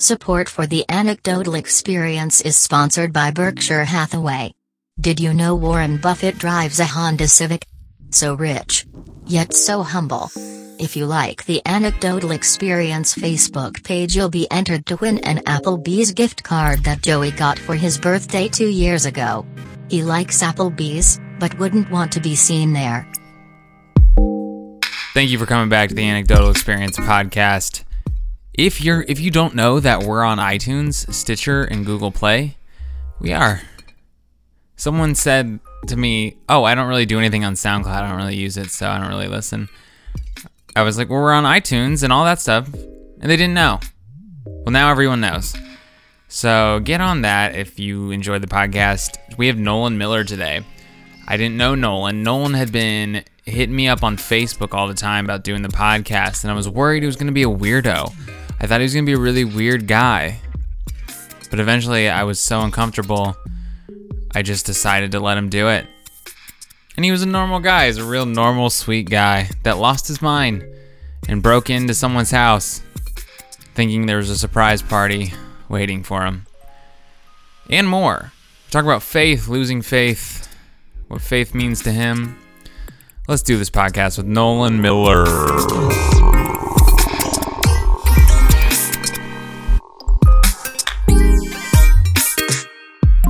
Support for the anecdotal experience is sponsored by Berkshire Hathaway. Did you know Warren Buffett drives a Honda Civic? So rich, yet so humble. If you like the anecdotal experience Facebook page, you'll be entered to win an Applebee's gift card that Joey got for his birthday two years ago. He likes Applebee's, but wouldn't want to be seen there. Thank you for coming back to the Anecdotal Experience podcast. If you're if you don't know that we're on iTunes, Stitcher, and Google Play, we are. Someone said to me, "Oh, I don't really do anything on SoundCloud. I don't really use it, so I don't really listen." I was like, "Well, we're on iTunes and all that stuff," and they didn't know. Well, now everyone knows. So get on that if you enjoyed the podcast. We have Nolan Miller today. I didn't know Nolan. Nolan had been hitting me up on Facebook all the time about doing the podcast, and I was worried he was going to be a weirdo. I thought he was going to be a really weird guy. But eventually, I was so uncomfortable, I just decided to let him do it. And he was a normal guy. He's a real normal, sweet guy that lost his mind and broke into someone's house thinking there was a surprise party waiting for him. And more. Talk about faith, losing faith, what faith means to him. Let's do this podcast with Nolan Miller.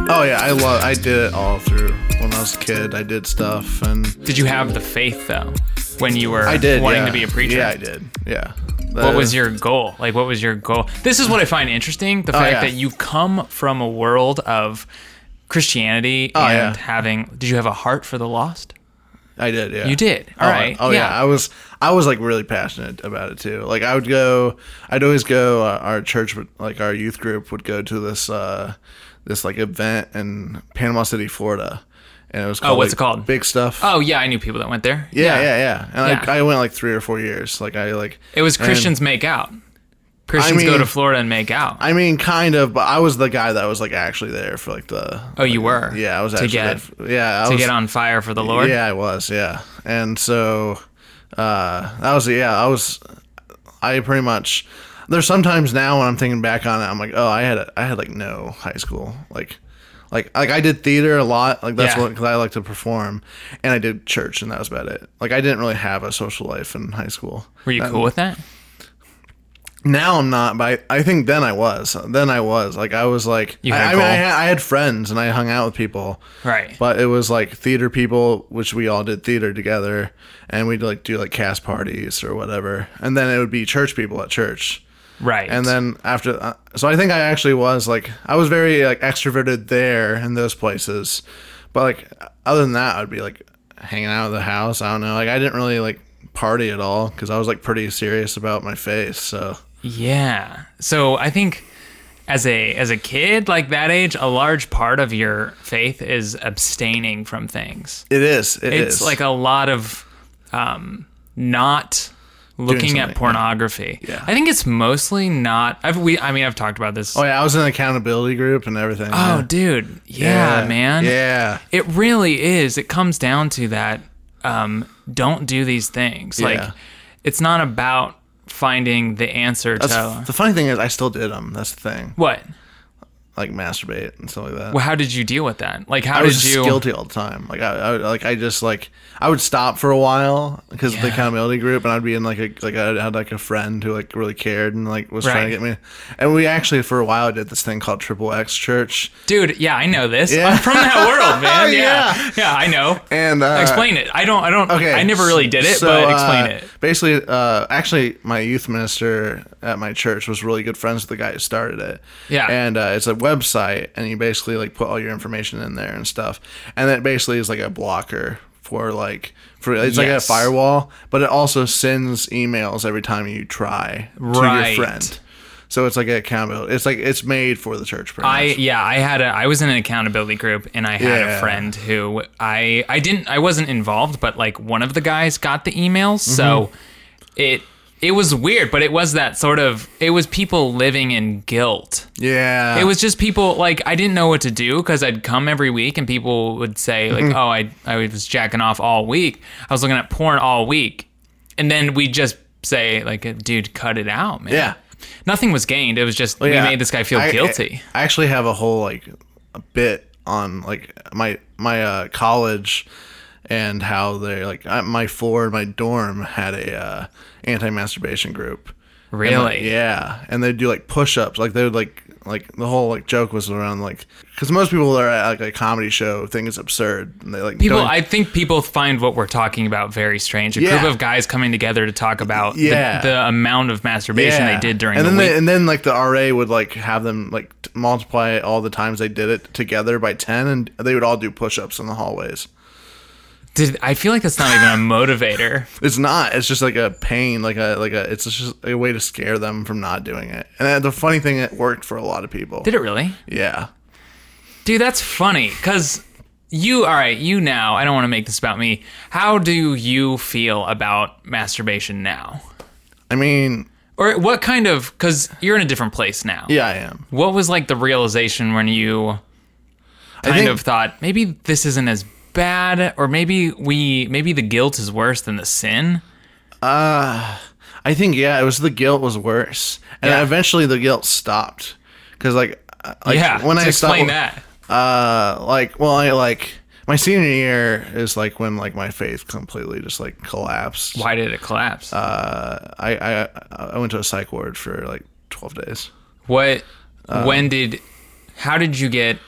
Oh yeah, I love. I did it all through when I was a kid. I did stuff, and Did you have the faith though when you were I did wanting yeah. to be a preacher? Yeah, I did. Yeah. what was your goal? Like, what was your goal? This is what I find interesting: the fact Oh, yeah. that you come from a world of Christianity Oh, and yeah. having. Did you have a heart for the lost? I did. Yeah. You did. Oh, All right. Oh yeah. I was. I was like really passionate about it too. Like I would go. I'd always go. Uh, our church would like our youth group would go to this uh this like event in Panama City, Florida, and it was called, Oh, what's like, it called? Big stuff. Oh yeah, I knew people that went there. Yeah, yeah, yeah. And like Yeah. I went like three or four years. Like I like It was and- Christians make out. Christians go mean- to Florida and make out. I mean, kind of, but I was the guy that was like actually there for like the. oh, you were. Yeah, I was to actually get there for- yeah, I to was, get on fire for the Lord. Yeah, I was. Yeah, and so uh, that was yeah. I was. I pretty much. There's sometimes now when I'm thinking back on it, I'm like, oh, I had a, I had like no high school like. Like, like I did theater a lot. Like that's Yeah. what because I like to perform, and I did church, and that was about it. Like I didn't really have a social life in high school. Were you cool with that? Now I'm not, but I, I think then I was. Then I was like I was like You I, had a I mean I goal. had, I had friends and I hung out with people, Right. but it was like theater people, which we all did theater together, and we'd like do like cast parties or whatever, and then it would be church people at church, right. and then after, uh, so I think I actually was like I was very like extroverted there in those places, but like other than that, I'd be like hanging out at the house. I don't know, like I didn't really like party at all because I was like pretty serious about my face, so. Yeah. So I think as a as a kid like that age, a large part of your faith is abstaining from things. It is. It it's is. like a lot of um, not looking something, at yeah. pornography. Yeah. I think it's mostly not. I've we. I mean, I've talked about this. Oh yeah, I was in an accountability group and everything. Oh, yeah. dude. Yeah, man. Yeah. It really is. It comes down to that. Um, don't do these things. Yeah. Like, it's not about finding the answer That's, to The funny thing is, I still did them. That's the thing. what. Like masturbate and stuff like that. Well, how did you deal with that? Like, how I was did just you? guilty all the time. Like I, I, would- like I just like I would stop for a while because of the Yeah. accountability group, and I'd be in like a like I had like a friend who like really cared and like was trying to Right. get me. And we actually for a while did this thing called Triple X Church. Dude, yeah, I know this. Yeah. Oh, I'm from that world, man. Yeah. Yeah. yeah, I know. And uh, explain it. I don't. I don't. Okay. I never really did it, so, but explain uh, it. Basically, uh, actually, my youth minister at my church was really good friends with the guy who started it. Yeah. And uh, it's a website, and you basically like put all your information in there and stuff, and it basically is like a blocker for like for it's like a Yes. firewall, but it also sends emails every time you try Right. to your friend. So it's like an accountability. It's like it's made for the church. pretty I much. yeah, I had a I was in an accountability group and I had Yeah. a friend who I I didn't I wasn't involved, but like one of the guys got the emails, Mm-hmm. so it it was weird, but it was that sort of it was people living in guilt. yeah. It was just people like I didn't know what to do because I'd come every week and people would say like, Mm-hmm. "Oh, I I was jacking off all week. I was looking at porn all week," and then we just say like, "Dude, cut it out, man." Yeah. nothing was gained. It was just Yeah, we made this guy feel I- guilty. I, I actually have a whole like a bit on like my my uh, college and how they like I- my floor in my dorm had a uh, anti masturbation group. And, like, really? yeah, and they do like push-ups. Like they would like like the whole like joke was around like because most people that are at like a comedy show think it's absurd. And they like People, don't- I think people find what we're talking about very strange. A Yeah. group of guys coming together to talk about Yeah. the, the amount of masturbation they did during and the then week. They, and then like the RA would like have them like t- multiply all the times they did it together by ten, and they would all do push-ups in the hallways. Did, I feel like that's not even a motivator. It's not. It's just like a pain, like a like a. It's just a way to scare them from not doing it. And the funny thing, it worked for a lot of people. Did it really? yeah. Dude, that's funny because you, all right, you now, I don't want to make this about me. How do you feel about masturbation now? I mean, Or what kind of, because you're in a different place now. yeah, I am. What was like the realization when you kind think- of thought, maybe this isn't as bad, or maybe we, maybe the guilt is worse than the sin? I think yeah, it was the guilt was worse, and Yeah. eventually the guilt stopped because like, uh, like yeah. when I let's stopped, explain that. uh, like well, I like my senior year is like when like my faith completely just like collapsed. Why did it collapse? Uh, I I I went to a psych ward for like twelve days. what, uh, when did, how did you get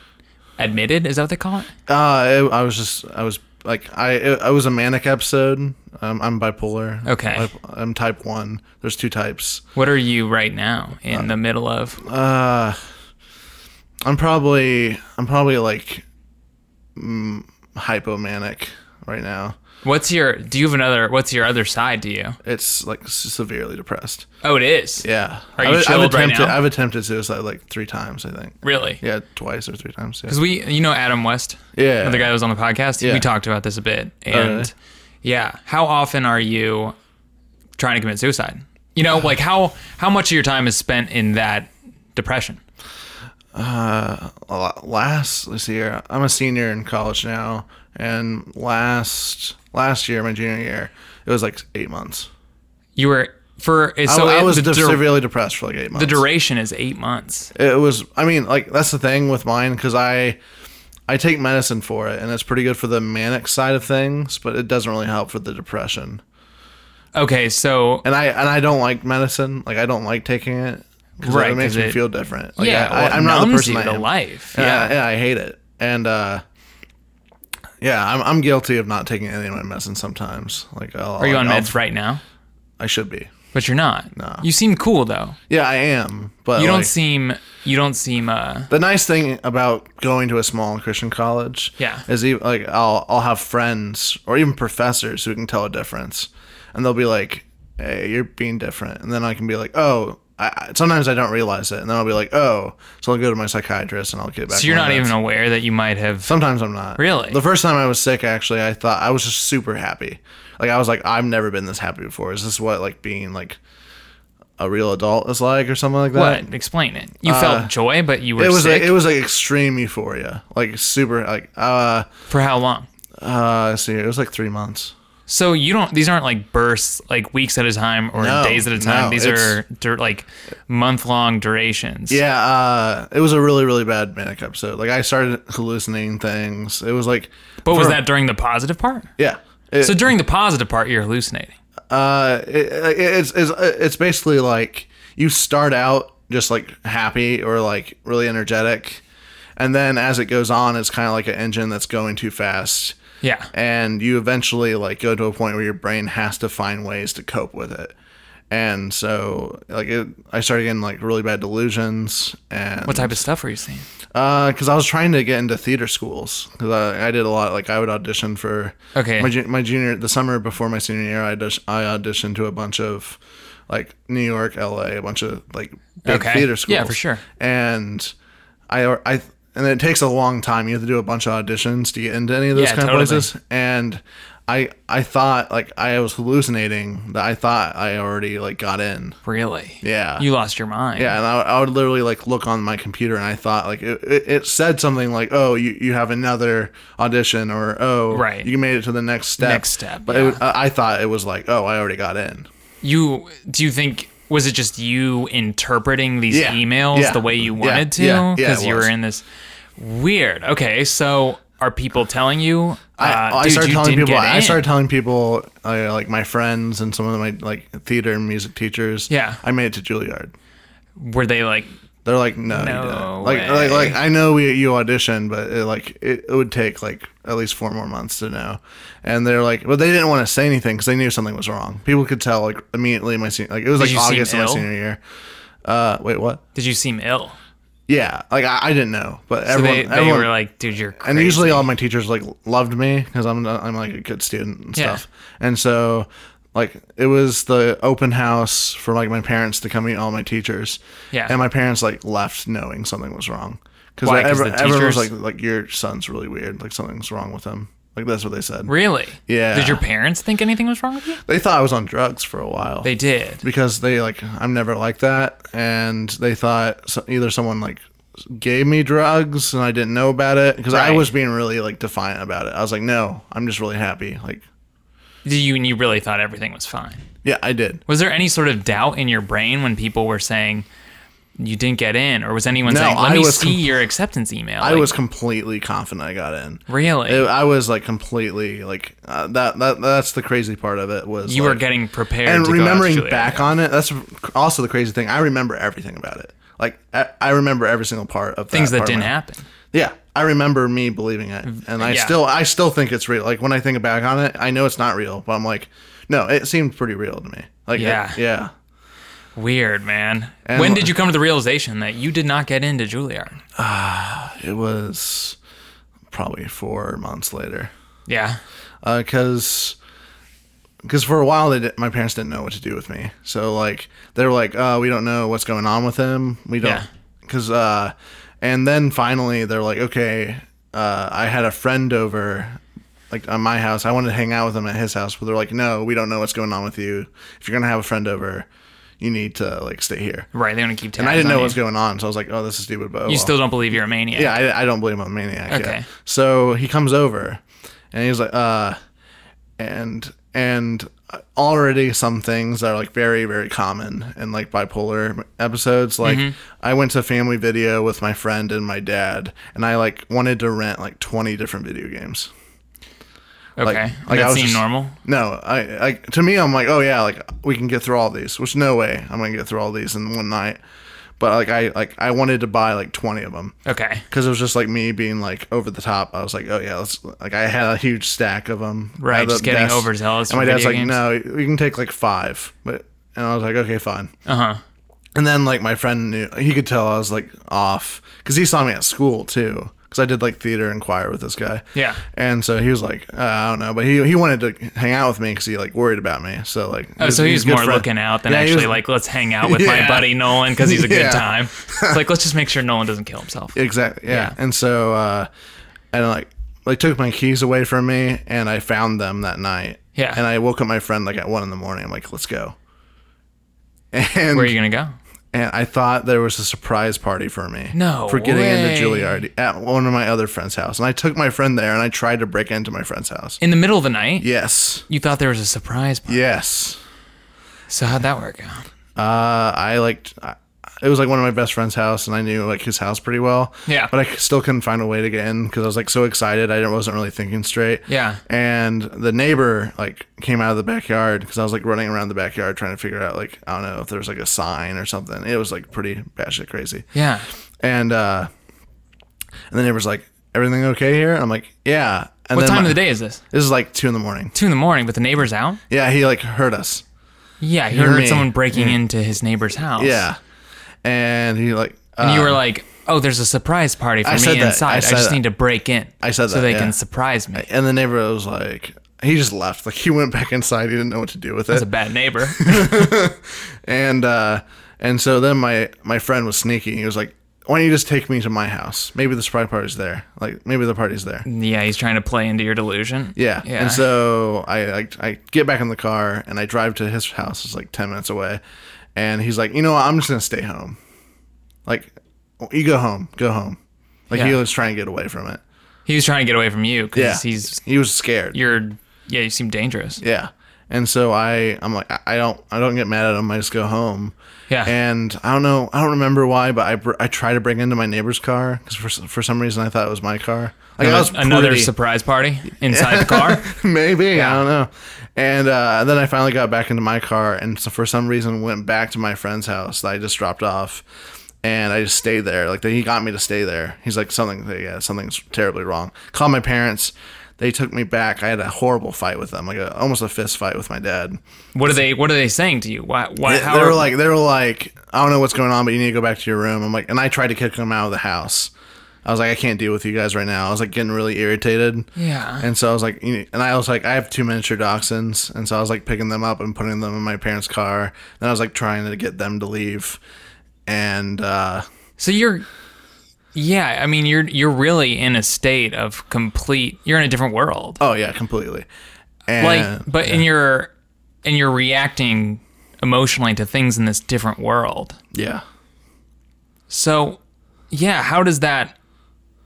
admitted? Is that what they call it? Uh, it, I was just, I was like, I, it, I was a manic episode. Um, I'm bipolar. Okay. Bi- I'm type one. There's two types. What are you right now uh, in the middle of? I'm probably, I'm probably like, mm, hypomanic right now. What's your? Do you have another? What's your other side? Do you? It's like s- severely depressed. Oh, it is. Yeah. Are you chilled right attempted, now? I've attempted suicide like three times, I think. Really? Yeah, twice or three times. Yeah. Because we, you know, Adam West, Yeah. the guy that was on the podcast, Yeah. Oh, we talked about this a bit, and really? yeah, how often are you trying to commit suicide? You know, like how how much of your time is spent in that depression? la- last this year i'm a senior in college now and last last year my junior year it was like eight months You were for it's so so i, it- was the, de- dur- severely depressed for like eight months the duration is eight months. it was i mean like that's the thing with mine because i i take medicine for it and it's pretty good for the manic side of things but it doesn't really help for the depression Okay, so and i and i don't like medicine like i don't like taking it because Right, it makes 'cause me it- feel different like, yeah, I, well, it I, am not the numbs person you I to am. life. yeah, yeah, I hate it. And uh yeah, I'm I'm guilty of not taking any of my medicine sometimes. Like, I'll, Are you on I'll- meds right now? I should be. But you're not. No. You seem cool though. Yeah, I am. But You like, don't seem. You don't seem. Uh. the nice thing about going to a small Christian college, Yeah. is even, like I'll I'll have friends or even professors who can tell a difference, and they'll be like, "Hey, you're being different," and then I can be like, "Oh." I, I- sometimes I don't realize it, and then I'll be like, "Oh," so I'll go to my psychiatrist and I'll get back. So you're on my not meds. even aware that you might have. Sometimes I'm not. Really? The first time I was sick, actually, I thought I was just super happy. Like I was like, I've never been this happy before. Is this what like being like a real adult is like, or something like that? Uh, What? Explain it. You felt joy, but you were It was sick like it was like extreme euphoria, like super like uh for how long? uh. let's See, it was like three months. So you don't. These aren't like bursts, like weeks at a time or No, days at a time. no, these it's- are dur- like month long durations. Yeah, uh, it was a really really bad manic episode. Like I started hallucinating things. It was like, But was for- that during the positive part? Yeah. It- So during the positive part, you're hallucinating. Uh, it, it- it's, it's it's basically like you start out just like happy or like really energetic, and then as it goes on, it's kind of like an engine that's going too fast, Yeah. and you eventually like go to a point where your brain has to find ways to cope with it, and so like it, I started getting like really bad delusions and What type of stuff were you seeing? because Uh, I was trying to get into theater schools because I, I did a lot. Like I would audition for Okay. my, ju- my junior the summer before my senior year. I audition, I auditioned to a bunch of like New York, L.A., a bunch of like big Okay. theater schools. Yeah, for sure. And I I and it takes a long time. You have to do a bunch of auditions to get into any of those Yeah, kind totally. of places. And I I thought like I was hallucinating that I thought I already like got in. Really? Yeah. You lost your mind. Yeah, and I, I would literally like look on my computer, and I thought like it, it, it said something like, "Oh, you, you have another audition," or "Oh, Right. you made it to the next step." Next step, But it, I I thought it was like, "Oh, I already got in." You do you think was it just you interpreting these Yeah, emails yeah, the way you yeah, wanted yeah, to yeah, it because you was. were in this weird. Okay, so are people telling you? I, uh, I dude, started you telling didn't people. get I in? started telling people, uh, like my friends and some of my like theater and music teachers. Yeah. I made it to Juilliard. Were they like? They're like, no, you No didn't." like, way. like, like, I know we, you auditioned, but it, like, it, it would take like at least four more months to know. And they're like, but they didn't want to say anything because they knew something was wrong. People could tell like immediately. My senior, like, it was like you seem August of my ill? senior year. Uh, wait, what? Did you seem ill? Yeah, like I, I didn't know, but So everyone, they, they everyone were like, dude, you're crazy. and usually all my teachers like loved me because I'm I'm like a good student and Yeah. stuff. And so like it was the open house for like my parents to come meet all my teachers. Yeah. And my parents like left knowing something was wrong because Why? 'Cause everyone, the everyone was like teachers- like your son's really weird. Like something's wrong with him. Like that's what they said. really? Yeah. Did your parents think anything was wrong with you? They thought I was on drugs for a while. They did. because they like I'm never like that, and they thought so- either someone like gave me drugs and I didn't know about it because I Right. was being really like defiant about it. I was like, no, I'm just really happy. Like, Did you and you really thought everything was fine? yeah, I did. Was there any sort of doubt in your brain when people were saying you didn't get in, or was anyone No, saying, "Let I me was see com- your acceptance email"? I Like, was completely confident I got in. really. It- I was like completely like uh, that. That that's the crazy part of it was you like, were getting prepared and to go out remembering to Juilliard. back on it. That's also the crazy thing. I remember everything about it. Like I, I remember every single part of things that part of didn't my- happen. Yeah, I remember me believing it, and I Mm. yeah. still, I still think it's real. Like when I think back on it, I know it's not real, but I'm like, no, it seemed pretty real to me. Like, it- Yeah. yeah. Weird, man. And- when did you come to the realization that you did not get into Juilliard? It was probably four months later, Yeah. because. because Uh, for a while, they did, my parents didn't know what to do with me. So like, they were like, "Oh, we don't know what's going on with him. We Yeah. don't." Because, uh, and then finally, they're like, "Okay." Uh, I had a friend over, like on my house. I wanted to hang out with him at his house, but they're like, "No, we don't know what's going on with you. If you're gonna have a friend over, you need to like stay here." Right. They want to keep tabs And I didn't on know you. what was going on, so I was like, "Oh, this is stupid." But oh You well." still don't believe you're a maniac. Yeah, I, I don't believe I'm a maniac. yeah. Okay. So he comes over, and he's like, uh, and and already some things that are like very very common in like bipolar episodes. Like I went to family video with my friend and my dad, and I like wanted to rent like 20 different video games. Okay. like, I that was seemed just- normal. No, I like to me, I'm like, oh yeah, like we can get through all these. Which no way, I'm gonna get through all these in one night. But like I like I wanted to buy like 20 of them Okay. because it was just like me being like over the top. I was like, oh yeah, let's like I had a huge stack of them. Right, just getting overzealous And my with dad's like, video no, we can take like five. But and I was like, okay, fine. Uh huh. And then like my friend knew he could tell I was like off because he saw me at school too. Because I did like theater and choir with this guy. Yeah. And so he was like, uh, I don't know, but he he wanted to hang out with me because he like worried about me. So like, Oh, so he was a good more friend. looking out than Yeah, he actually was- like, let's hang out with Yeah. my buddy Nolan because he's a Yeah. good time. It's like, let's just make sure Nolan doesn't kill himself. Exactly. Yeah. Yeah. And so, uh, and like, they took my keys away from me, and I found them that night. Yeah. And I woke up my friend like at one in the morning. I'm like, let's go. And Where are you gonna go? and I thought there was a surprise party for me. No For getting way. into Juilliard at one of my other friend's house, and I took my friend there, and I tried to break into my friend's house. In the middle of the night? Yes. You thought there was a surprise party. Yes. So how'd that work out? Uh, I liked. I, it was like one of my best friend's house, and I knew like his house pretty well. Yeah. But I still couldn't find a way to get in because I was like so excited. I wasn't really thinking straight. Yeah. And the neighbor like came out of the backyard because I was like running around the backyard trying to figure out like I don't know if there's like a sign or something. It was like pretty batshit crazy. Yeah. And uh, and the neighbor's like, "Everything okay here?" And I'm like, "Yeah." And What then time my- of the day is this? This is like two in the morning. Two in the morning, but the neighbor's out? Yeah, he like heard us. Yeah, he Hear heard me. someone breaking into his neighbor's house. Mm. Yeah. And he like And you uh, were like, oh, there's a surprise party for I me said that. inside. I I, said just that. need to break in. I said that, So they yeah. can surprise me. And the neighbor was like, he just left. Like he went back inside. He didn't know what to do with That's it. a bad neighbor. and uh, and so then my my friend was sneaky. He was like, "Why don't you just take me to my house? Maybe the surprise party's there. Like maybe the party's there." yeah, he's trying to play into your delusion. Yeah. Yeah. And so I, I I get back in the car and I drive to his house. It's like ten minutes away, and he's like, "You know, what? I'm just gonna stay home. Like, you go home, go home." Like he Yeah. was trying to get away from it. he was trying to get away from you because Yeah. he's he was scared. you're yeah you seem dangerous. Yeah. and so I I'm like I- I don't I don't get mad at them. I just go home. Yeah. And I don't know I don't remember why, but I br- I try to break into my neighbor's car because for s- for some reason I thought it was my car. Like I was Another pretty- surprise party inside the car. maybe I don't know. And uh, then I finally got back into my car, and so for some reason went back to my friend's house that I just dropped off, and I just stayed there. Like he got me to stay there. He's like something, yeah, something's terribly wrong. Called my parents. They took me back. I had a horrible fight with them, like a, almost a fist fight with my dad. What are they? What are they saying to you? Why? Why? They, how they are, were like, they were like, I don't know what's going on, but you need to go back to your room. I'm like, and I tried to kick him out of the house. I was like, I can't deal with you guys right now. I was like getting really irritated. Yeah. And so I was like, you know, and I was like, I have two miniature dachshunds, and so I was like picking them up and putting them in my parents' car. Then I was like trying to get them to leave, and uh, So you're. Yeah, I mean, you're you're really in a state of complete. You're in a different world. oh yeah, completely. And, like but in your and you're reacting emotionally to things in this different world yeah, so yeah how does that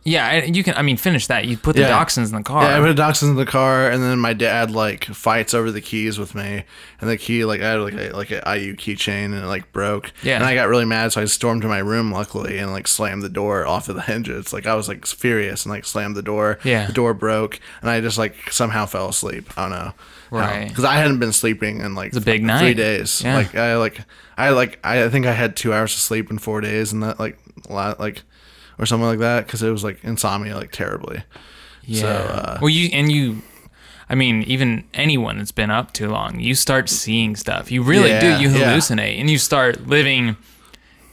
yeah I- you can i mean finish that you put the Yeah. dachshunds in the car Yeah, I put a dachshund in the car, and then my dad like fights over the keys with me, and the key like I had like a, like an IU keychain, and it like broke. Yeah. and I got really mad, so I stormed to my room, luckily, and like slammed the door off of the hinges. Like I was like furious and like slammed the door. Yeah. the door broke, and I just like somehow fell asleep. I don't know. Right. because I hadn't been sleeping in like a big three night. days. Yeah. Like I like I like I think I had two hours of sleep in four days, and that like a lot like or something like that because it was like insomnia like terribly. yeah so, uh, well you and you i mean even anyone that's been up too long you start seeing stuff you really Yeah, do you yeah. hallucinate and you start living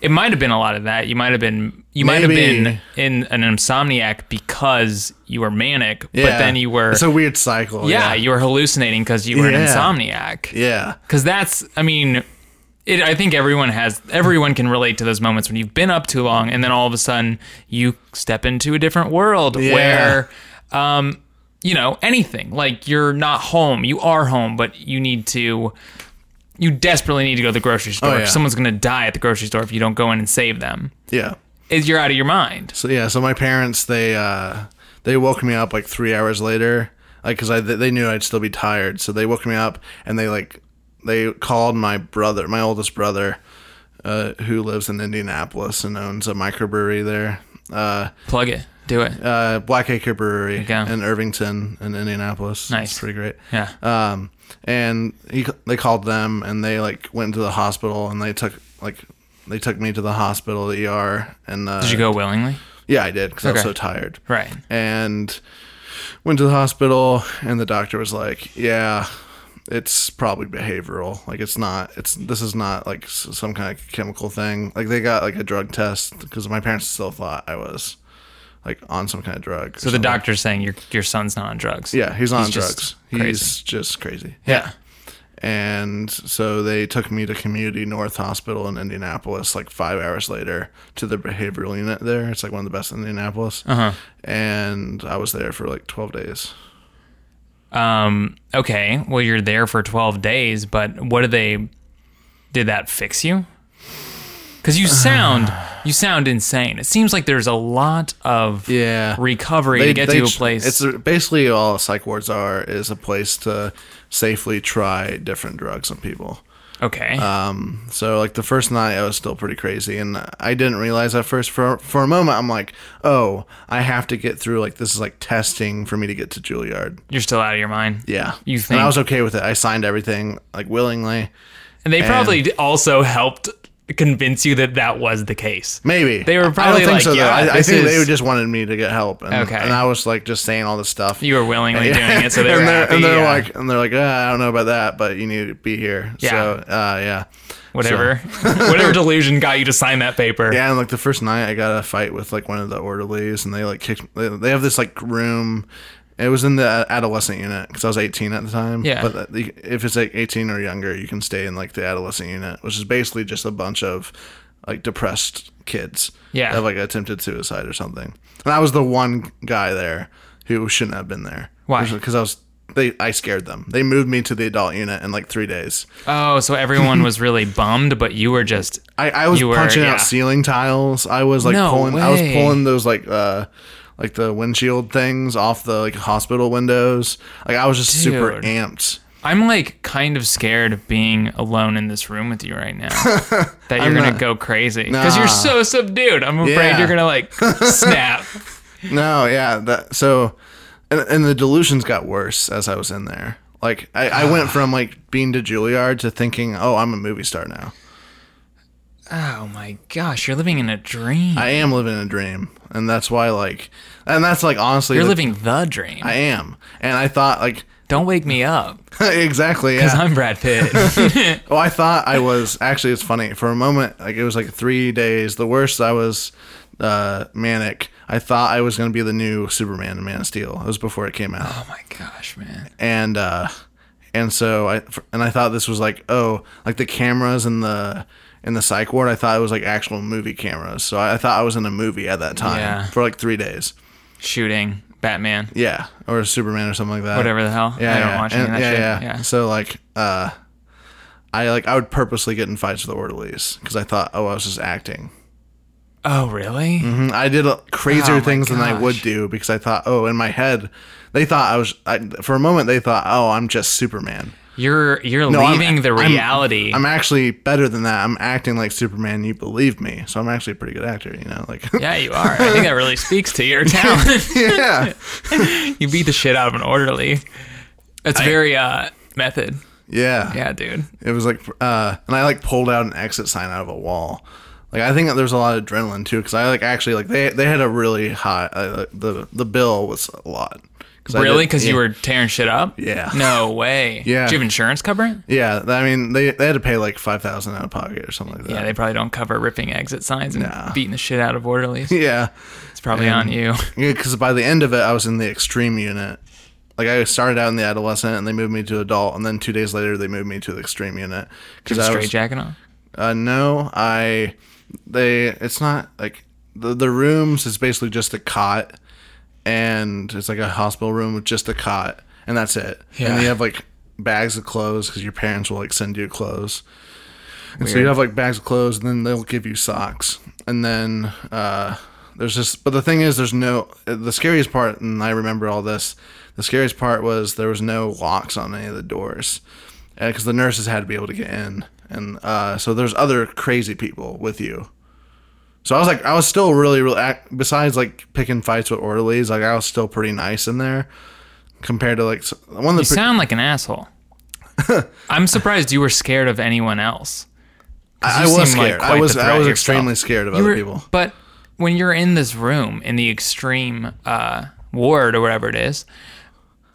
it might have been a lot of that you might have been you might have Maybe. been in an insomniac because you were manic but then you were It's a weird cycle. yeah, you were hallucinating because you were an Oh, Yeah. insomniac. yeah. Because that's, I mean, it, I think everyone has, everyone can relate to those moments when you've been up too long and then all of a sudden you step into a different world Yeah. where, um, you know, anything. Like you're not home, you are home, but you need to. You desperately need to go to the grocery store. Oh, yeah. Someone's going to die at the grocery store if you don't go in and save them. Yeah. Is you're out of your mind. So yeah, so my parents they uh they woke me up like 3 hours later like cuz I they knew I'd still be tired. So they woke me up and they like they called my brother, my oldest brother uh, who lives in Indianapolis and owns a microbrewery there. Uh, Plug it. Do it. uh, Blackacre Brewery go. in Irvington in Indianapolis. Nice. It's pretty great. yeah. um, and he, they called them and they like went to the hospital and they took like they took me to the hospital the er and uh, Did you go willingly? yeah i did because i was Okay. so tired Right. and went to the hospital and the doctor was like yeah it's probably behavioral like it's not it's this is not like s- some kind of chemical thing like they got like a drug test because my parents still thought i was like on some kind of drug So the doctor's saying your your son's not on drugs. yeah he's on he's just drugs he's crazy. just crazy Yeah. and so they took me to community north hospital in indianapolis like five hours later to the behavioral unit there it's like one of the best in indianapolis uh-huh. and i was there for like 12 days Um, okay. Well, you're there for 12 days, but what do they did that fix you? Cuz you sound you sound insane. It seems like there's a lot of Yeah. recovery to get to a ch- place. it's a- basically all psych wards are is a place to safely try different drugs on people Um, okay. uh, So like the first night I was still pretty crazy and I didn't realize at first for for a moment I'm like, "Oh, I have to get through like this is like testing for me to get to Juilliard." you're still out of your mind. Yeah. You And think- I was okay with it. I signed everything like willingly. And they probably d also helped convince you that that was the case. Maybe. They were I don't probably think like, so though. "Yeah, I, I this think they is- just wanted me to get help. And, Okay. And I was like just saying all this stuff. You were willingly doing it, so they and were they're, happy, and they're yeah. like and they're like, "Ah, I don't know about that, but you need to be here. Yeah. So uh yeah. whatever whatever delusion got you to sign that paper. Yeah, and like the first night, I got in a fight with like one of the orderlies, and they like kicked. They, they have this like room. It was in the adolescent unit because I was 18 at the time. Yeah. But uh, the, if it's like 18 or younger, you can stay in like the adolescent unit, which is basically just a bunch of like depressed kids. Yeah. that Have like attempted suicide or something. And I was the one guy there who shouldn't have been there. Why? Because I was. They, I scared them. They moved me to the adult unit in like three days. Oh, so everyone was really bummed, but you were just I, I was You were- punching yeah. out ceiling tiles. I was like No pulling I was way. pulling those like uh like the windshield things off the like hospital windows. Like I was just super Dude. amped. I'm like kind of scared of being alone in this room with you right now. that you're I'm gonna not- go crazy because Nah. you're so subdued. I'm afraid Yeah. you're gonna like snap. No, yeah. That, so, and, and the delusions got worse as I was in there. Like, I, I went from like being to Juilliard to thinking, oh, I'm a movie star now. Oh my gosh, you're living in a dream. I am living a dream. And that's why, like, and that's like honestly, you're the- living the dream. I am. And I thought, like, Don't wake me up exactly. because Yeah. I'm Brad Pitt. Oh, I thought I was actually. It's funny for a moment. Like it was like three days. The worst I was uh, manic. I thought I was going to be the new Superman and Man of Steel. It was before it came out, oh my gosh, man. and uh, and so I and I thought this was like oh like the cameras in the in the psych ward. I thought it was like actual movie cameras. So I, I thought I was in a movie at that time Yeah. for like three days. Shooting Batman, Yeah, or Superman or something like that. whatever the hell. Yeah, I don't yeah. watch any of And- that yeah, shit. yeah, So like, uh, I like I would purposely get in fights with the orderlies because I thought, oh, I was just acting. Oh really? Mhm. I did uh, crazier Oh, my things than I would gosh. do because I thought, oh, in my head, they thought I was. I, for a moment, they thought, oh, I'm just Superman. You're you're No, I'm- leaving the I'm- reality. I'm actually better than that. I'm acting like Superman. You believe me, so I'm actually a pretty good actor. You know, like yeah, you are. I think that really speaks to your talent. yeah, you beat the shit out of an orderly. That's very uh method. yeah, Yeah, dude. It was like, uh, and I like pulled out an exit sign out of a wall. Like I think that there's a lot of adrenaline too, because I like actually like they they had a really high uh, the the bill was a lot. Cause I Really? did- Because yeah. you were tearing shit up? Yeah. No way. Yeah. Do you have insurance cover it? yeah. I mean they they had to pay like five thousand out of pocket or something like Yeah, that. they probably don't cover ripping exit signs and Nah. beating the shit out of orderlies. Yeah, It's probably on you. yeah. Because by the end of it, I was in the extreme unit. Like I started out in the adolescent, and they moved me to adult, and then two days later they moved me to the extreme unit. Because I Straight was jacket on. Uh, no, I. They. It's not like the the rooms is basically just a cot, and it's like a hospital room with just a cot, and that's it. Yeah. And you have like bags of clothes because your parents will like send you clothes. And so you have like bags of clothes, and then they'll give you socks, and then uh, there's just. But the thing is, there's no. The scariest part, and I remember all this. The scariest part was there was no locks on any of the doors, because the nurses had to be able to get in, and uh, so there's other crazy people with you. So I was like, I was still really, really. ac- Besides like picking fights with orderlies, like I was still pretty nice in there, compared to like s- one You of the. pre- sound like an asshole. I'm surprised you were scared of anyone else. 'Cause I you was seem like scared. quite I the was I was threat yourself. extremely scared of You other were- people. But when you're in this room in the extreme uh, ward or whatever it is,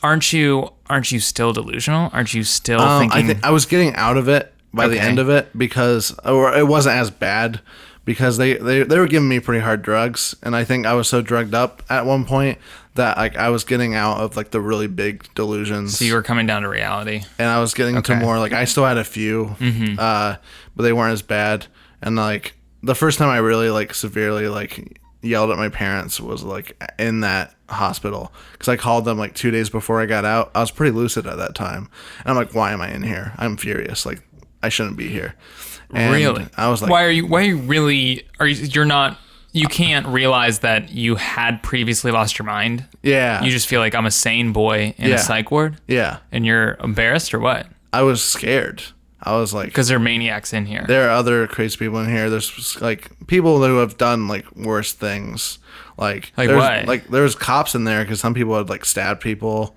aren't you aren't you still delusional? Aren't you still Um, thinking? I think I was getting out of it by the Okay. end of it because, or it wasn't as bad because they, they they were giving me pretty hard drugs, and I think I was so drugged up at one point that like I was getting out of like the really big delusions, so you were coming down to reality. and I was getting to more like I still had a few, Mm-hmm. uh, but they weren't as bad. And like the first time I really like severely like yelled at my parents was like in that hospital because I called them like two days before I got out. I was pretty lucid at that time, and I'm like, why am I in here? I'm furious. Like I shouldn't be here. And really? I was like, why are you? Why are you really? Are you? You're not. You can't realize that you had previously lost your mind. yeah, You just feel like I'm a sane boy in Yeah. a psych ward, yeah. and you're embarrassed or what? I was scared. I was like, Because there are maniacs in here. there are other crazy people in here. There's like people who have done like worse things. Like Like there's, what? Like there's cops in there because some people would like stab people.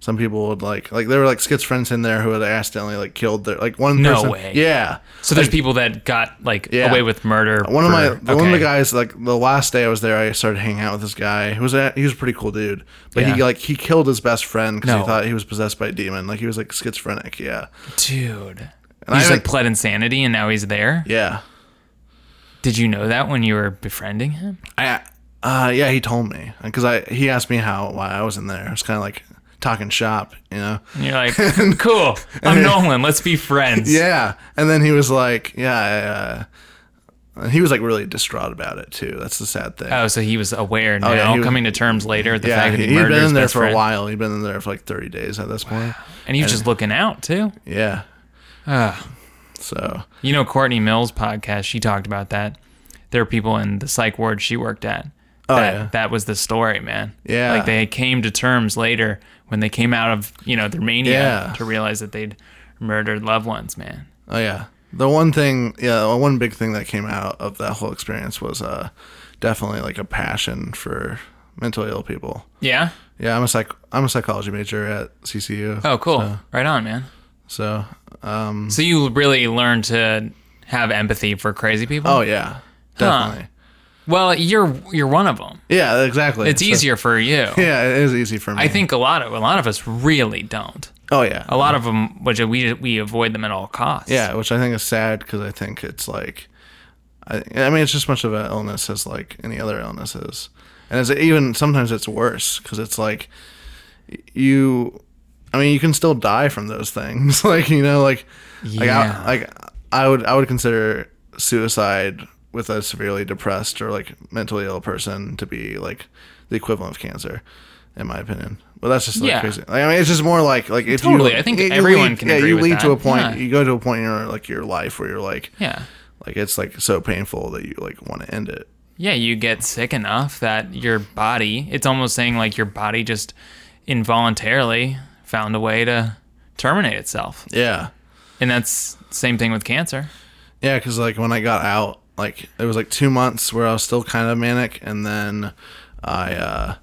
Some people would like like there were like schizophrenics in there who had accidentally like killed their like one No person. way. Yeah. so there's people that got like Yeah. away with murder. One of my for- the one of the okay. guys like the last day I was there I started hanging out with this guy who was a, he was a pretty cool dude but he Yeah. like he killed his best friend because No. he thought he was possessed by a demon like he was like schizophrenic yeah Dude. I he's like haven't- pled insanity and now he's there. yeah Did you know that when you were befriending him? I, uh, yeah, he told me because I he asked me how why I was in there. It was kind of like talking shop, you know. And you're like, cool, I'm Nolan, let's be friends. Yeah, and then he was like, yeah, I, uh, and he was like really distraught about it too. That's the sad thing. Oh, so he was aware now, yeah, he was- coming to terms later with the yeah, fact that he, he, had murdered been his in there best for friend. a while. He'd been in there for like thirty days at this point. And he was just looking out too. Yeah. Ah. So You know, Courtney Mills' podcast, she talked about that. There are people in the psych ward she worked at that Oh, yeah. that was the story, man. Yeah. like they came to terms later when they came out of you know their mania Yeah. to realize that they'd murdered loved ones, man. Oh yeah. The one thing, yeah, the one big thing that came out of that whole experience was uh, definitely like a passion for mentally ill people. Yeah. Yeah, I'm a psych, I'm a psychology major at CCU. Oh, cool. right on, man. So, um, So you really learned to have empathy for crazy people. oh yeah, definitely. Well, you're you're one of them. Yeah, exactly. It's So- easier for you. Yeah, it is easy for me. I think a lot of a lot of us really don't. Oh yeah, A lot of them, which we we avoid them at all costs. Yeah, which I think is sad because I think it's like, I, I mean, it's just much of an illness as like any other illness is, and it's even sometimes it's worse because it's like, you, I mean, you can still die from those things. like you know, like, Yeah. like, I, like I would I would consider suicide with a severely depressed or like mentally ill person to be like the equivalent of cancer. In my opinion, but that's just like Yeah. crazy. Like, I mean, it's just more like like if Totally, you, I think you everyone lead- can Yeah, agree you with lead to that. a point. Yeah. You go to a point in your like your life where you're like, Yeah. like it's like so painful that you like want to end it. Yeah, you get sick enough that your body, it's almost saying like your body just involuntarily found a way to terminate itself. Yeah, And that's same thing with cancer. yeah. Because like when I got out, like it was like two months where I was still kind of manic, and then I uh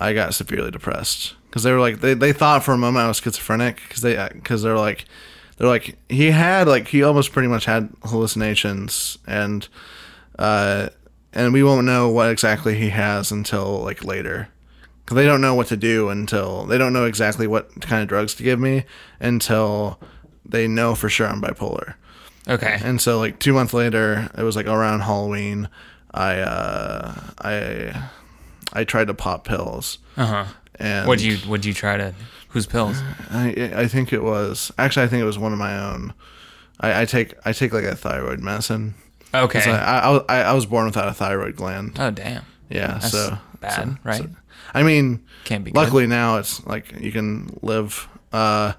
I got severely depressed because they were like they they thought for a moment I was schizophrenic because they because they're like they're like he had like he almost pretty much had hallucinations and uh and we won't know what exactly he has until like later because they don't know what to do until they don't know exactly what kind of drugs to give me until they know for sure I'm bipolar. Okay. And so like two months later, it was like around Halloween, I uh I I tried to pop pills. Uh huh. And Would you would you try to whose pills? I I think it was actually I think it was one of my own. I, I take I take like a thyroid medicine. Okay. So I, I I was born without a thyroid gland. oh damn. Yeah. That's so bad, so- right? so- I mean, Can't be good. luckily now it's like you can live. Uh,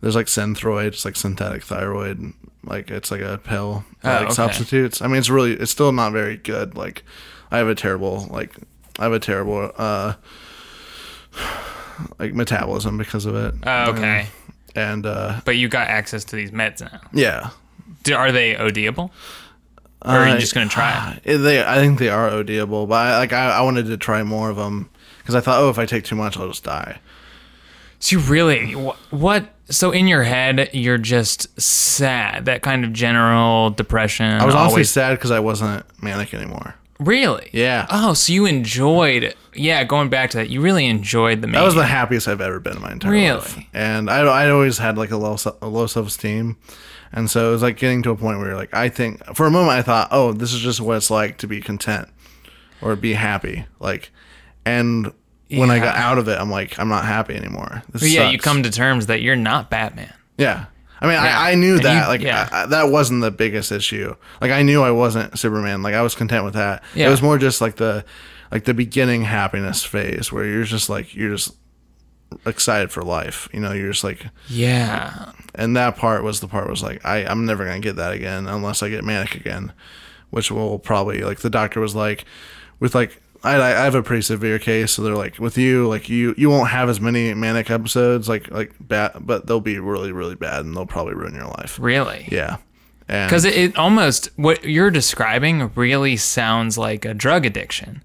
there's like synthroid, it's like synthetic thyroid, like it's like a pill that, Oh, like okay. substitutes. I mean, it's really, it's still not very good. Like, I have a terrible, like, I have a terrible, uh, like metabolism because of it. Oh, okay. And uh, But you got access to these meds now. yeah, Do, are they ODable? Or are you Uh, just gonna try it? It- they, I think they are ODable, but I, like I, I wanted to try more of them because I thought, oh, if I take too much, I'll just die. So you really wh- what? So in your head, you're just sad. That kind of general depression. I was honestly always sad because I wasn't manic anymore. Really? Yeah. Oh, so you enjoyed? Yeah, going back to that, you really enjoyed the. Mania. That was the happiest I've ever been in my entire life. Really? And I I always had like a low se- a low self esteem, and so it was like getting to a point where you're like I think for a moment I thought oh this is just what it's like to be content, or be happy like, and when I got Yeah. out of it I'm like I'm not happy anymore. This But Oh, yeah, you sucks. come to terms that you're not Batman. Yeah. I mean, Yeah. I, I knew And that. you- like, yeah. I, I- that wasn't the biggest issue. Like, I knew I wasn't Superman. Like, I was content with that. Yeah. It was more just like the, like the beginning happiness phase where you're just like you're just excited for life. You know, you're just like, Yeah. and that part was the part was like, I I'm never gonna get that again unless I get manic again, which will probably like the doctor was like, with like. I, I I have a pretty severe case, so they're like with you, like you you won't have as many manic episodes, like like bad, but they'll be really really bad, and they'll probably ruin your life. Really. Yeah. And Because it, it almost what you're describing really sounds like a drug addiction.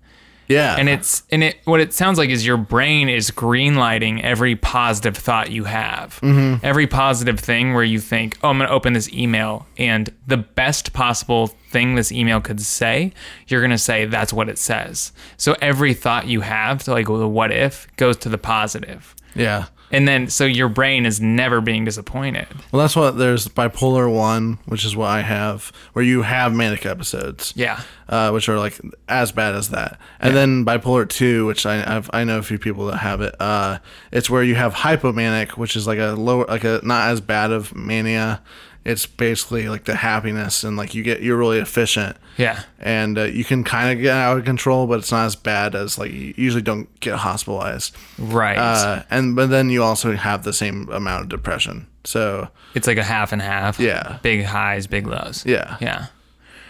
yeah, and it's and it what it sounds like is your brain is greenlighting every positive thought you have every positive thing where you think oh i'm going to open this email and the best possible thing this email could say you're going to say that's what it says so every thought you have to like the what if goes to the positive yeah. and then so your brain is never being disappointed Well, that's what there's bipolar one, which is what I have, where you have manic episodes. yeah Uh, which are like as bad as that, and then bipolar two, which I I've, I know a few people that have it. Uh, it's where you have hypomanic, which is like a lower, like a not as bad of mania. It's basically like the happiness, and like you get you're really efficient, yeah and uh, you can kind of get out of control, but it's not as bad as like you usually don't get hospitalized. right Uh, and but then you also have the same amount of depression. So it's like a half and half Yeah. big highs big lows yeah, yeah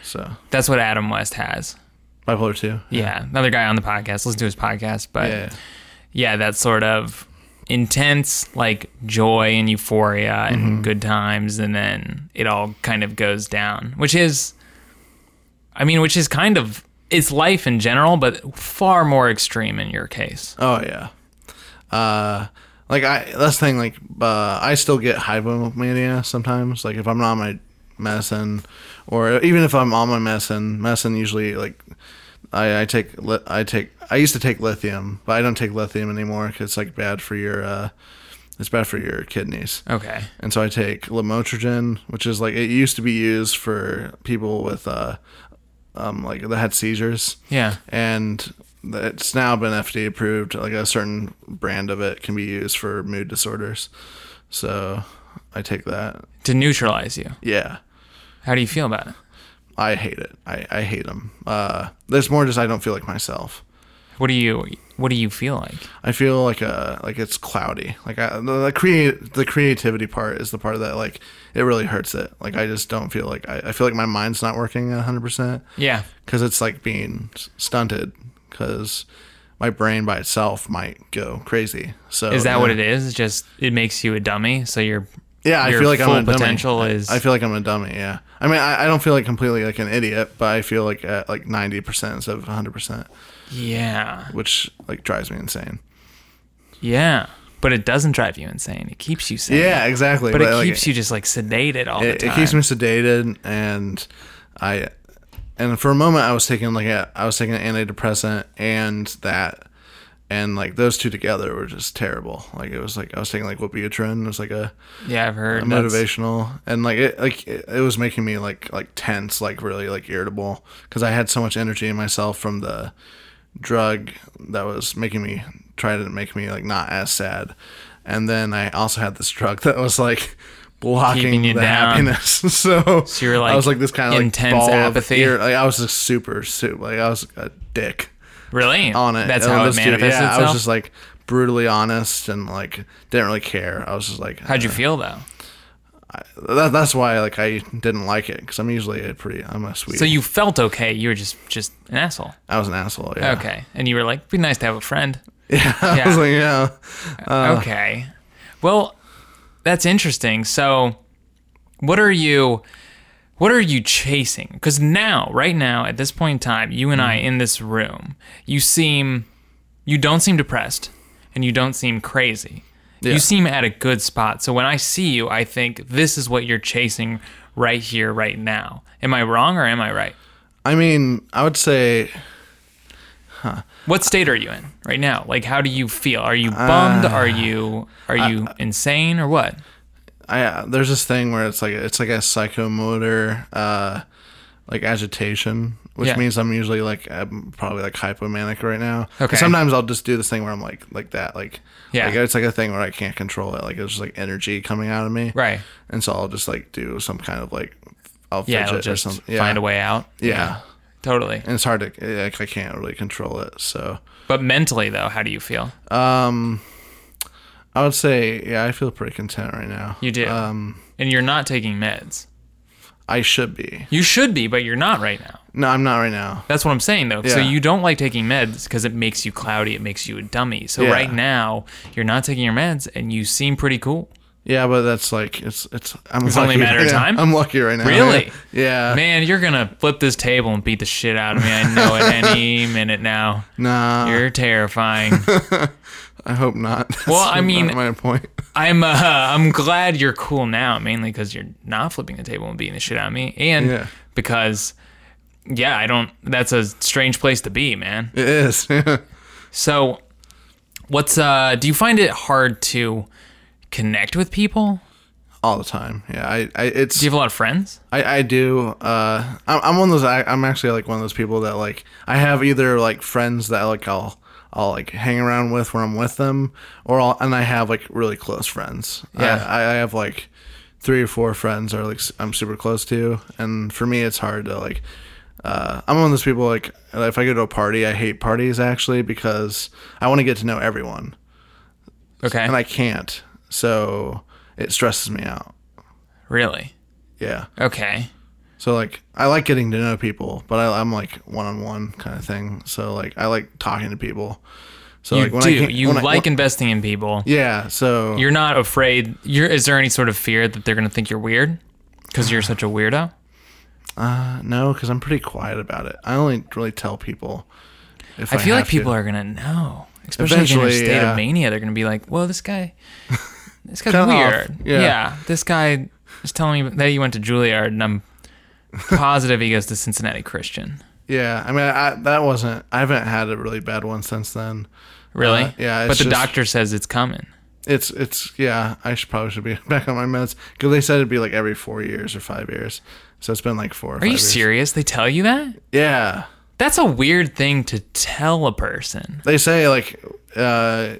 So that's what adam west has bipolar two. Yeah, another guy on the podcast. Listen to his podcast, but Yeah. yeah, that sort of intense like joy and euphoria and good times, and then it all kind of goes down, which is, I mean, which is kind of it's life in general, but far more extreme in your case. Oh yeah. Uh, like I that's the thing. Like uh, I still get hypomania sometimes. Like if I'm not on my medicine, or even if I'm on my medicine, medicine usually like I, I take li- I take I used to take lithium, but I don't take lithium anymore because it's like bad for your uh, it's bad for your kidneys. Okay, And so I take lamotrigine, which is like it used to be used for people with uh, um, like that had seizures yeah, and it's now been FDA approved. Like a certain brand of it can be used for mood disorders. So I take that. to neutralize you. Yeah, How do you feel about it? I hate it. I, I hate them. Uh, there's more just I don't feel like myself. What do you What do you feel like? I feel like a like it's cloudy. Like I, the, the create the creativity part is the part that like it really hurts it. Like I just don't feel like I, I feel like my mind's not working 100 percent Yeah, because it's like being s- stunted because my brain by itself might go crazy. So is that yeah. what it is? Just it makes you a dummy, so you're Yeah, I your feel like full I'm a dummy. potential I- is- I feel like I'm a dummy. Yeah. I mean, I, I don't feel like completely like an idiot, but I feel like at like ninety percent instead of hundred percent, yeah, which like drives me insane. yeah. But it doesn't drive you insane. It keeps you sane. Yeah, exactly. but, it like, keeps you just like sedated all the It, time. it keeps me sedated, and I, and for a moment I was taking like a, I was taking an antidepressant and that, and like those two together were just terrible. Like it was like I was taking like Wellbutrin. It was like a yeah, I've heard that's- motivational and like it like it, it was making me like like tense like really like irritable because i had so much energy in myself from the drug that was making me try to make me like not as sad and then i also had this drug that was like blocking Keeping you the down. happiness so, So you were, i was like, like this kind of like intense ball of apathy? ir- like i was just super super like i was a dick Really? on it That's And how it this dude- manifests yeah, itself. i was just like brutally honest and like didn't really care i was just like How'd you feel though? that, that's why like I didn't like it because I'm usually a pretty I'm a sweet. So you felt okay. You were just just an asshole. I was an asshole. Yeah. Okay, and you were like, "Be nice to have a friend." I Yeah. was like, yeah. okay. Well, that's interesting. So, what are you what are you chasing? Cuz now, right now at this point in time, you and I in this room, you seem you don't seem depressed and you don't seem crazy. Yeah. You seem at a good spot. So when I see you, I think this is what you're chasing right here right now. Am I wrong or am I right? I mean, I would say What state are you in right now? Like how do you feel? Are you bummed? are you are you insane or what? I uh, there's this thing where it's like it's like a psychomotor uh, like agitation, which Yeah. means I'm usually like I'm probably like hypomanic right now. Okay. Sometimes I'll just do this thing where I'm like like that like Yeah. Like, it's like a thing where I can't control it. Like it's just like energy coming out of me. Right. And so I'll just like do some kind of like I'll fidget yeah, it'll or just something. Yeah. find a way out. Yeah. Totally. And it's hard to like I can't really control it. So But mentally, though, how do you feel? Um, I would say, yeah, I feel pretty content right now. You do, Um, and you're not taking meds. I should be. You should be, but you're not right now. No, I'm not right now. That's what I'm saying, though. So Yeah. you don't like taking meds because it makes you cloudy. It makes you a dummy. So Yeah. right now, you're not taking your meds, and you seem pretty cool. Yeah, but that's like it's it's. I'm It's only a lucky. matter of Yeah, time? I'm lucky right now. Really? Yeah. Man, you're gonna flip this table and beat the shit out of me. I know it any minute now. Nah. You're terrifying. I hope not. That's Well, I mean- not my point. I'm uh, I'm glad you're cool now, mainly because you're not flipping the table and beating the shit out of me, and Yeah. because yeah, I don't. That's a strange place to be, man. It is. So, what's uh? Do you find it hard to connect with people? All the time. Yeah. I. I it's. Do you have a lot of friends? I, I do. Uh, I'm, I'm one of those. I, I'm actually like one of those people that like I have either like friends that like I'll I'll like hang around with when I'm with them, or I'll, and I have like really close friends. Yeah. I, I have like three or four friends are like s- I'm super close to, and for me it's hard to like. Uh, I'm one of those people like if I go to a party, I hate parties actually because I want to get to know everyone Okay, and I can't, so it stresses me out. really? Yeah. Okay, So like I like getting to know people, but I, I'm like one on one kind of thing. So like I like talking to people. So You like when I do. can't- you when I- like when- investing in people. yeah. So You're not afraid. You're. Is there any sort of fear that they're gonna think you're weird because you're such a weirdo? no, because I'm pretty quiet about it. I only really tell people. If I feel like have to. people are gonna know, especially like, in their Eventually, state yeah. of mania. They're gonna be like, "Well, this guy, this guy's Kinda off, weird. yeah. Yeah. this guy is telling me that he went to Juilliard, and I'm positive he goes to Cincinnati Christian. Yeah, I mean, I, that wasn't. I haven't had a really bad one since then. Really? Uh, yeah, But it's the just- doctor says it's coming. It's it's yeah. I should probably should be back on my meds because they said it'd be like every four years or five years. So it's been like four. Or Are you serious? They tell you that? Yeah, That's a weird thing to tell a person. they say like uh,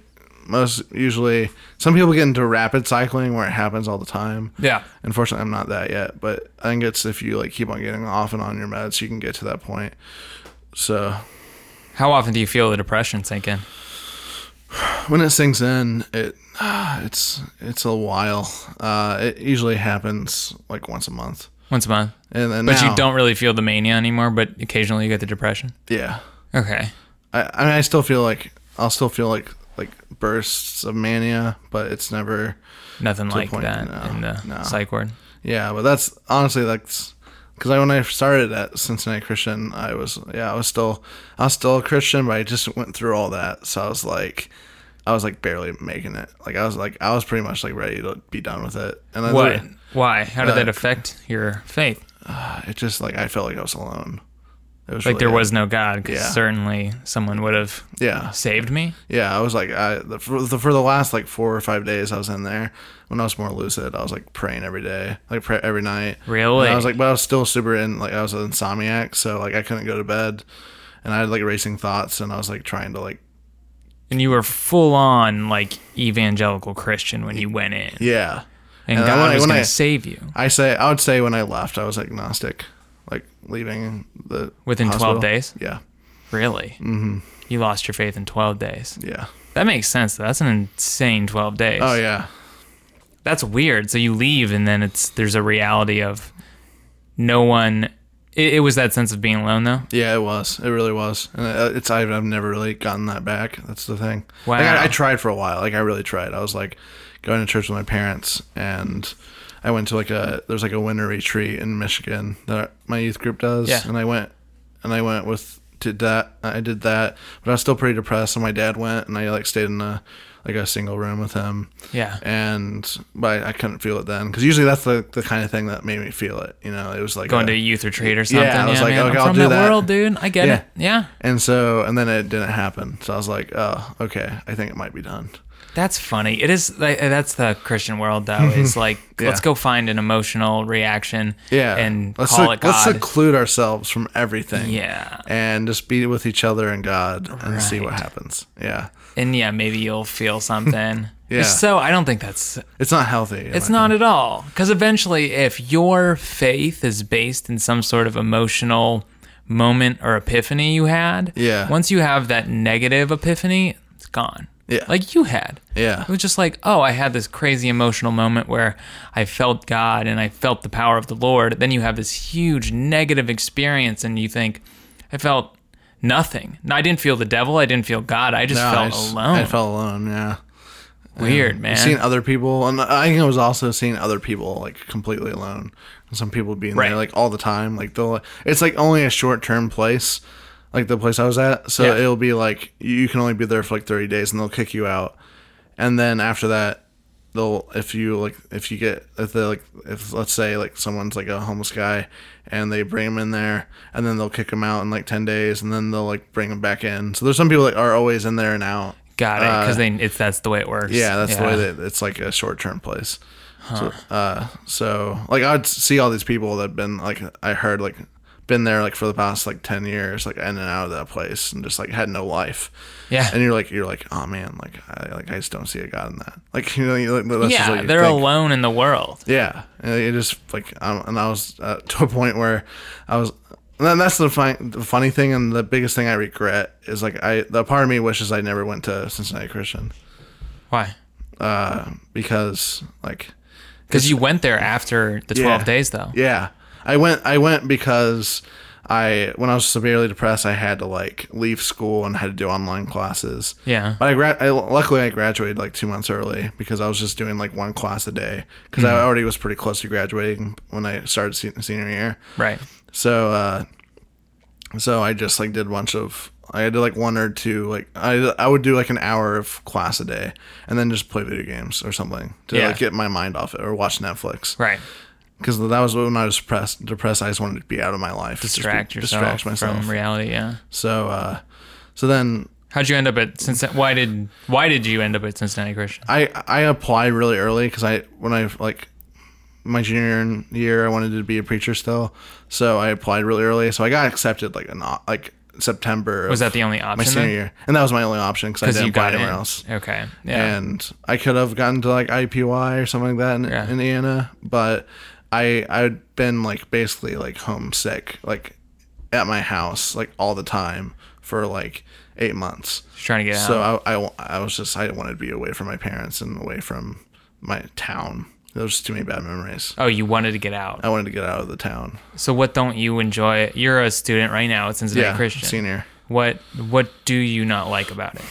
most usually some people get into rapid cycling where it happens all the time. Yeah. Unfortunately, I'm not that yet, but I think it's if you like keep on getting off and on your meds, you can get to that point. So How often do you feel the depression sink in? when it sinks in, it it's it's a while. Uh, it usually happens like once a month, Once a month. and then But now- you don't really feel the mania anymore, but occasionally you get the depression. Yeah, Okay. I I, mean, I still feel like I'll still feel like like bursts of mania, but it's never. Nothing like point, that no, in the no. psych ward. Yeah, but that's honestly that's because I when I started at Cincinnati Christian, I was yeah I was still I was still a Christian, but I just went through all that, so I was like. I was like barely making it. Like I was like I was pretty much like ready to be done with it. And then What? Why? How did Uh, that affect your faith? it just like I felt like I was alone. It was Like there really- was no God, because Yeah. certainly someone would have yeah saved me. yeah. I was like I the, for, the, for the last like four or five days I was in there when I was more lucid. I was like praying every day, like pray every night. Really? And I was like, but I was still super in like I was an insomniac, so like I couldn't go to bed, and I had like racing thoughts, and I was like trying to like And you were full on like evangelical Christian when you went in, yeah. and And God when I- was when going I- to save you I say I would say when I left I was agnostic, like leaving the within hospital. twelve days. Yeah, Really? Mm-hmm. You lost your faith in twelve days. yeah. That makes sense. though. That's an insane twelve days. Oh yeah. That's weird. So you leave, and then it's there's a reality of no one. It, it was that sense of being alone, though. Yeah, it was. It really was. And uh, it's I've, I've never really gotten that back. That's the thing. Wow. Like, I, I tried for a while. Like I really tried. I was like going to church with my parents, and I went to like a there's like a winter retreat in Michigan that my youth group does, Yeah. and I went and I went with did that. I did that, but I was still pretty depressed. And my dad went, and I like stayed in a like a single room with him. Yeah. And but I, I couldn't feel it then because usually that's the, the kind of thing that made me feel it. You know, it was like Going a- to a youth retreat or something. I was like, man, okay, I'm I'll from do that, that. world, dude. I get Yeah. it. Yeah. And so, and then it didn't happen. So I was like, oh, okay, I think it might be done. That's funny. It is. like, That's the Christian world, though. It's like let's go find an emotional reaction. Yeah. And let's call sec- it God. Let's seclude ourselves from everything. yeah. And just be with each other and God and see what happens. Yeah. And yeah, maybe you'll feel something. Yeah. So I don't think that's. It's not healthy. It's not at all. Because eventually, if your faith is based in some sort of emotional moment or epiphany you had, Yeah. Once you have that negative epiphany, it's gone. Yeah. Like you had. Yeah. It was just like, oh, I had this crazy emotional moment where I felt God and I felt the power of the Lord. Then you have this huge negative experience and you think, I felt nothing. No, I didn't feel the devil. I didn't feel God. I just No, felt I just- alone. I felt alone. Yeah. weird, man. Seeing other people, and I think I was also seeing other people like completely alone. And some people being Right. there like all the time. Like they'll, it's like only a short term place, like the place I was at. So Yeah. it'll be like you- you can only be there for like thirty days, and they'll kick you out. And then after that, they'll if you like if you get if they like if let's say like someone's like a homeless guy, and they bring him in there, and then they'll kick him out in like ten days, and then they'll like bring him back in. So there's some people that are always in there and out. Got it. Because they it's that's the way it works. uh, Yeah, that's the way that it's like a short term place. So, uh, so like I'd see all these people that've been like I heard like been there like for the past like ten years like in and out of that place and just like had no life. Yeah. and you're like you're like oh man like I like I just don't see a god in that like you know you, like, that's just what yeah, you they're think. alone in the world. Yeah, and it just like um, and I was uh, to a point where I was. And then that's the, fi- the funny thing and the biggest thing I regret is like I the part of me wishes I never went to Cincinnati Christian Why? uh, because like Because you went there after the 12 Yeah. days, though. Yeah. I went I went because I when I was severely depressed, I had to like leave school and had to do online classes. Yeah. But I, gra- I luckily I graduated like two months early because I was just doing like one class a day because Mm. I already was pretty close to graduating when I started se- senior year. Right. So uh so I just like did a bunch of I did like one or two like I I would do like an hour of class a day and then just play video games or something to Yeah. like get my mind off it or watch Netflix Right. because that was when I was depressed. Depressed, I just wanted to be out of my life, Just be- Distract yourself distract myself. from reality. Yeah. so uh so then How'd you end up at Cincinnati? Why did Why did you end up at Cincinnati Christian? I I applied really early because I when I like my junior year I wanted to be a preacher still, so I applied really early. So I got accepted like an o- like September. Was of that the only my option? senior then? year, and that was my only option because I didn't you apply got anywhere in. else. Okay. Yeah. And I could have gotten to like IPY or something like that in Yeah. Indiana, but I I'd been like basically like homesick, like at my house like all the time for like eight months. Just trying to get out. So I, I wa- I was just I wanted to be away from my parents and away from my town. There was just too many bad memories. oh, you wanted to get out. I wanted to get out of the town. So what don't you enjoy? You're a student right now at Cincinnati Yeah, Christian. senior. What What do you not like about it?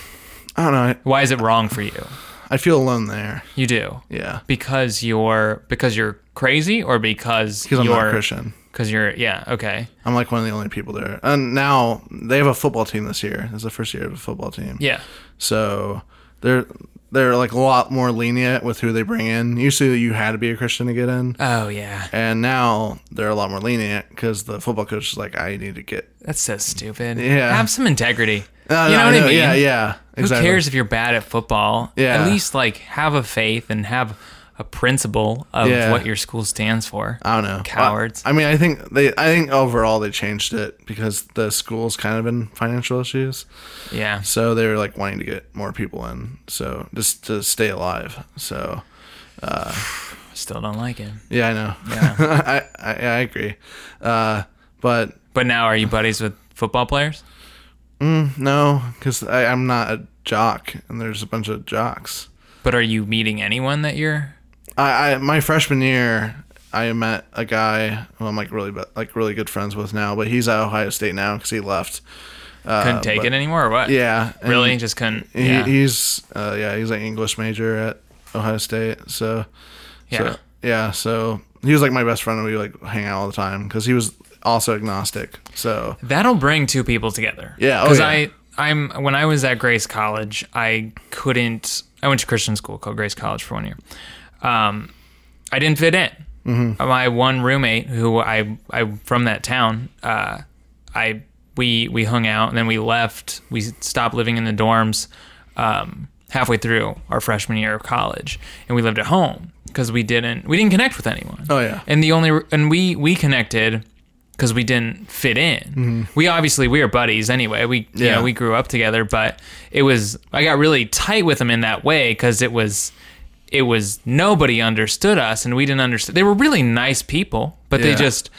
I don't know. I, Why is it wrong for you? I feel alone there. You do. Yeah, Because you're because you're crazy or because because I'm you're not a Christian. Because you're yeah okay I'm like one of the only people there. And now they have a football team this year. It's the first year of a football team. yeah So they're they're like a lot more lenient with who they bring in. Usually you had to be a Christian to get in. oh yeah And now they're a lot more lenient because the football coach is like, I need to get. that's so stupid Yeah. have some integrity No, you no, know what I mean Yeah, yeah. who cares if you're bad at football Yeah. at least like have a faith and have a principle of Yeah. what your school stands for I don't know. Cowards. I, I mean, I think they. I think overall they changed it because the school's kind of in financial issues, yeah so they were like wanting to get more people in, so just to stay alive. So still don't like it yeah, I know. Yeah, I, I I agree. Uh, but but now are you buddies with football players no, because I'm not a jock, and there's a bunch of jocks. but are you meeting anyone that you're I, I my freshman year, I met a guy who I'm like really be- like really good friends with now, but he's at Ohio State now because he left. couldn't take Uh, but- it anymore or what Yeah, and- really just couldn't He, yeah He's uh, yeah, he's an English major at Ohio State. So Yeah. so, yeah. So he was like my best friend, and we like hang out all the time because he was also agnostic. So That'll bring two people together. Yeah, oh, because yeah. I, I'm when I was at Grace College, I couldn't. I went to Christian school called Grace College for one year. Um, I didn't fit in. Mm-hmm. My one roommate, who I I from that town, uh, I we we hung out and then we left. We stopped living in the dorms um, halfway through our freshman year of college, and we lived at home because we didn't we didn't connect with anyone. Oh, yeah. And the only and we we connected because we didn't fit in. We obviously we were buddies anyway. We you Mm-hmm. Yeah. know we grew up together, but it was I got really tight with them in that way because it was it was nobody understood us and we didn't understand. They were really nice people, but they Yeah. just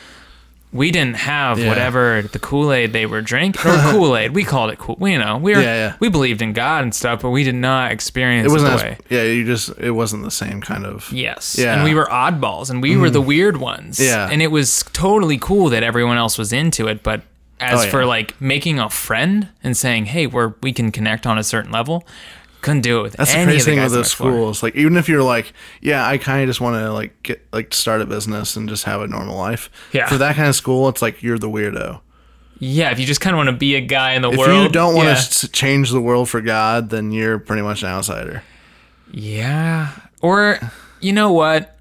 we didn't have Yeah. whatever the Kool Aid they were drinking or Kool Aid. We called it Kool. You know, we were, Yeah, yeah. we believed in God and stuff, but we did not experience it it wasn't. the As, way. yeah, you just it wasn't the same kind of. Yes. Yeah. Mm-hmm. And we were oddballs and we were the weird ones. Yeah. And it was totally cool that everyone else was into it, but as Oh, yeah. for like making a friend and saying, "Hey, we're we can connect on a certain level," couldn't do it with That's the any crazy of the thing guys with on those my floor. schools. Like, even if you're like, yeah, I kind of just want to like get like start a business and just have a normal life. Yeah. For that kind of school, it's like you're the weirdo. Yeah, if you just kind of want to be a guy in the If world, you don't want to yeah. s change the world for God, then you're pretty much an outsider. Yeah. Or you know what?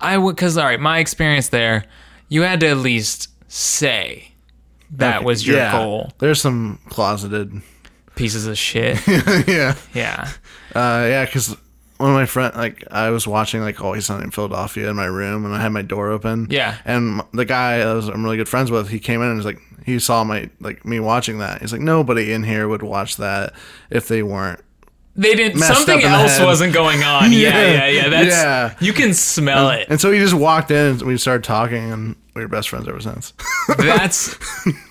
I would cuz all right, my experience there, you had to at least say that Okay, was your yeah. goal. There's some closeted Pieces of shit. yeah. yeah. Uh, yeah, because one of my friend, like, I was watching, like, Always Sunny in Philadelphia in my room, and I had my door open. Yeah. And m- the guy I was, I'm really good friends with, he came in and was like, he saw my, like, me watching that. He's like, nobody in here would watch that if they weren't. They didn't. Messed up Something in the else head. wasn't going on. yeah, Yeah. yeah, yeah. That's Yeah. Um, you can smell it. And so he just walked in, and we started talking, and we were best friends ever since. That's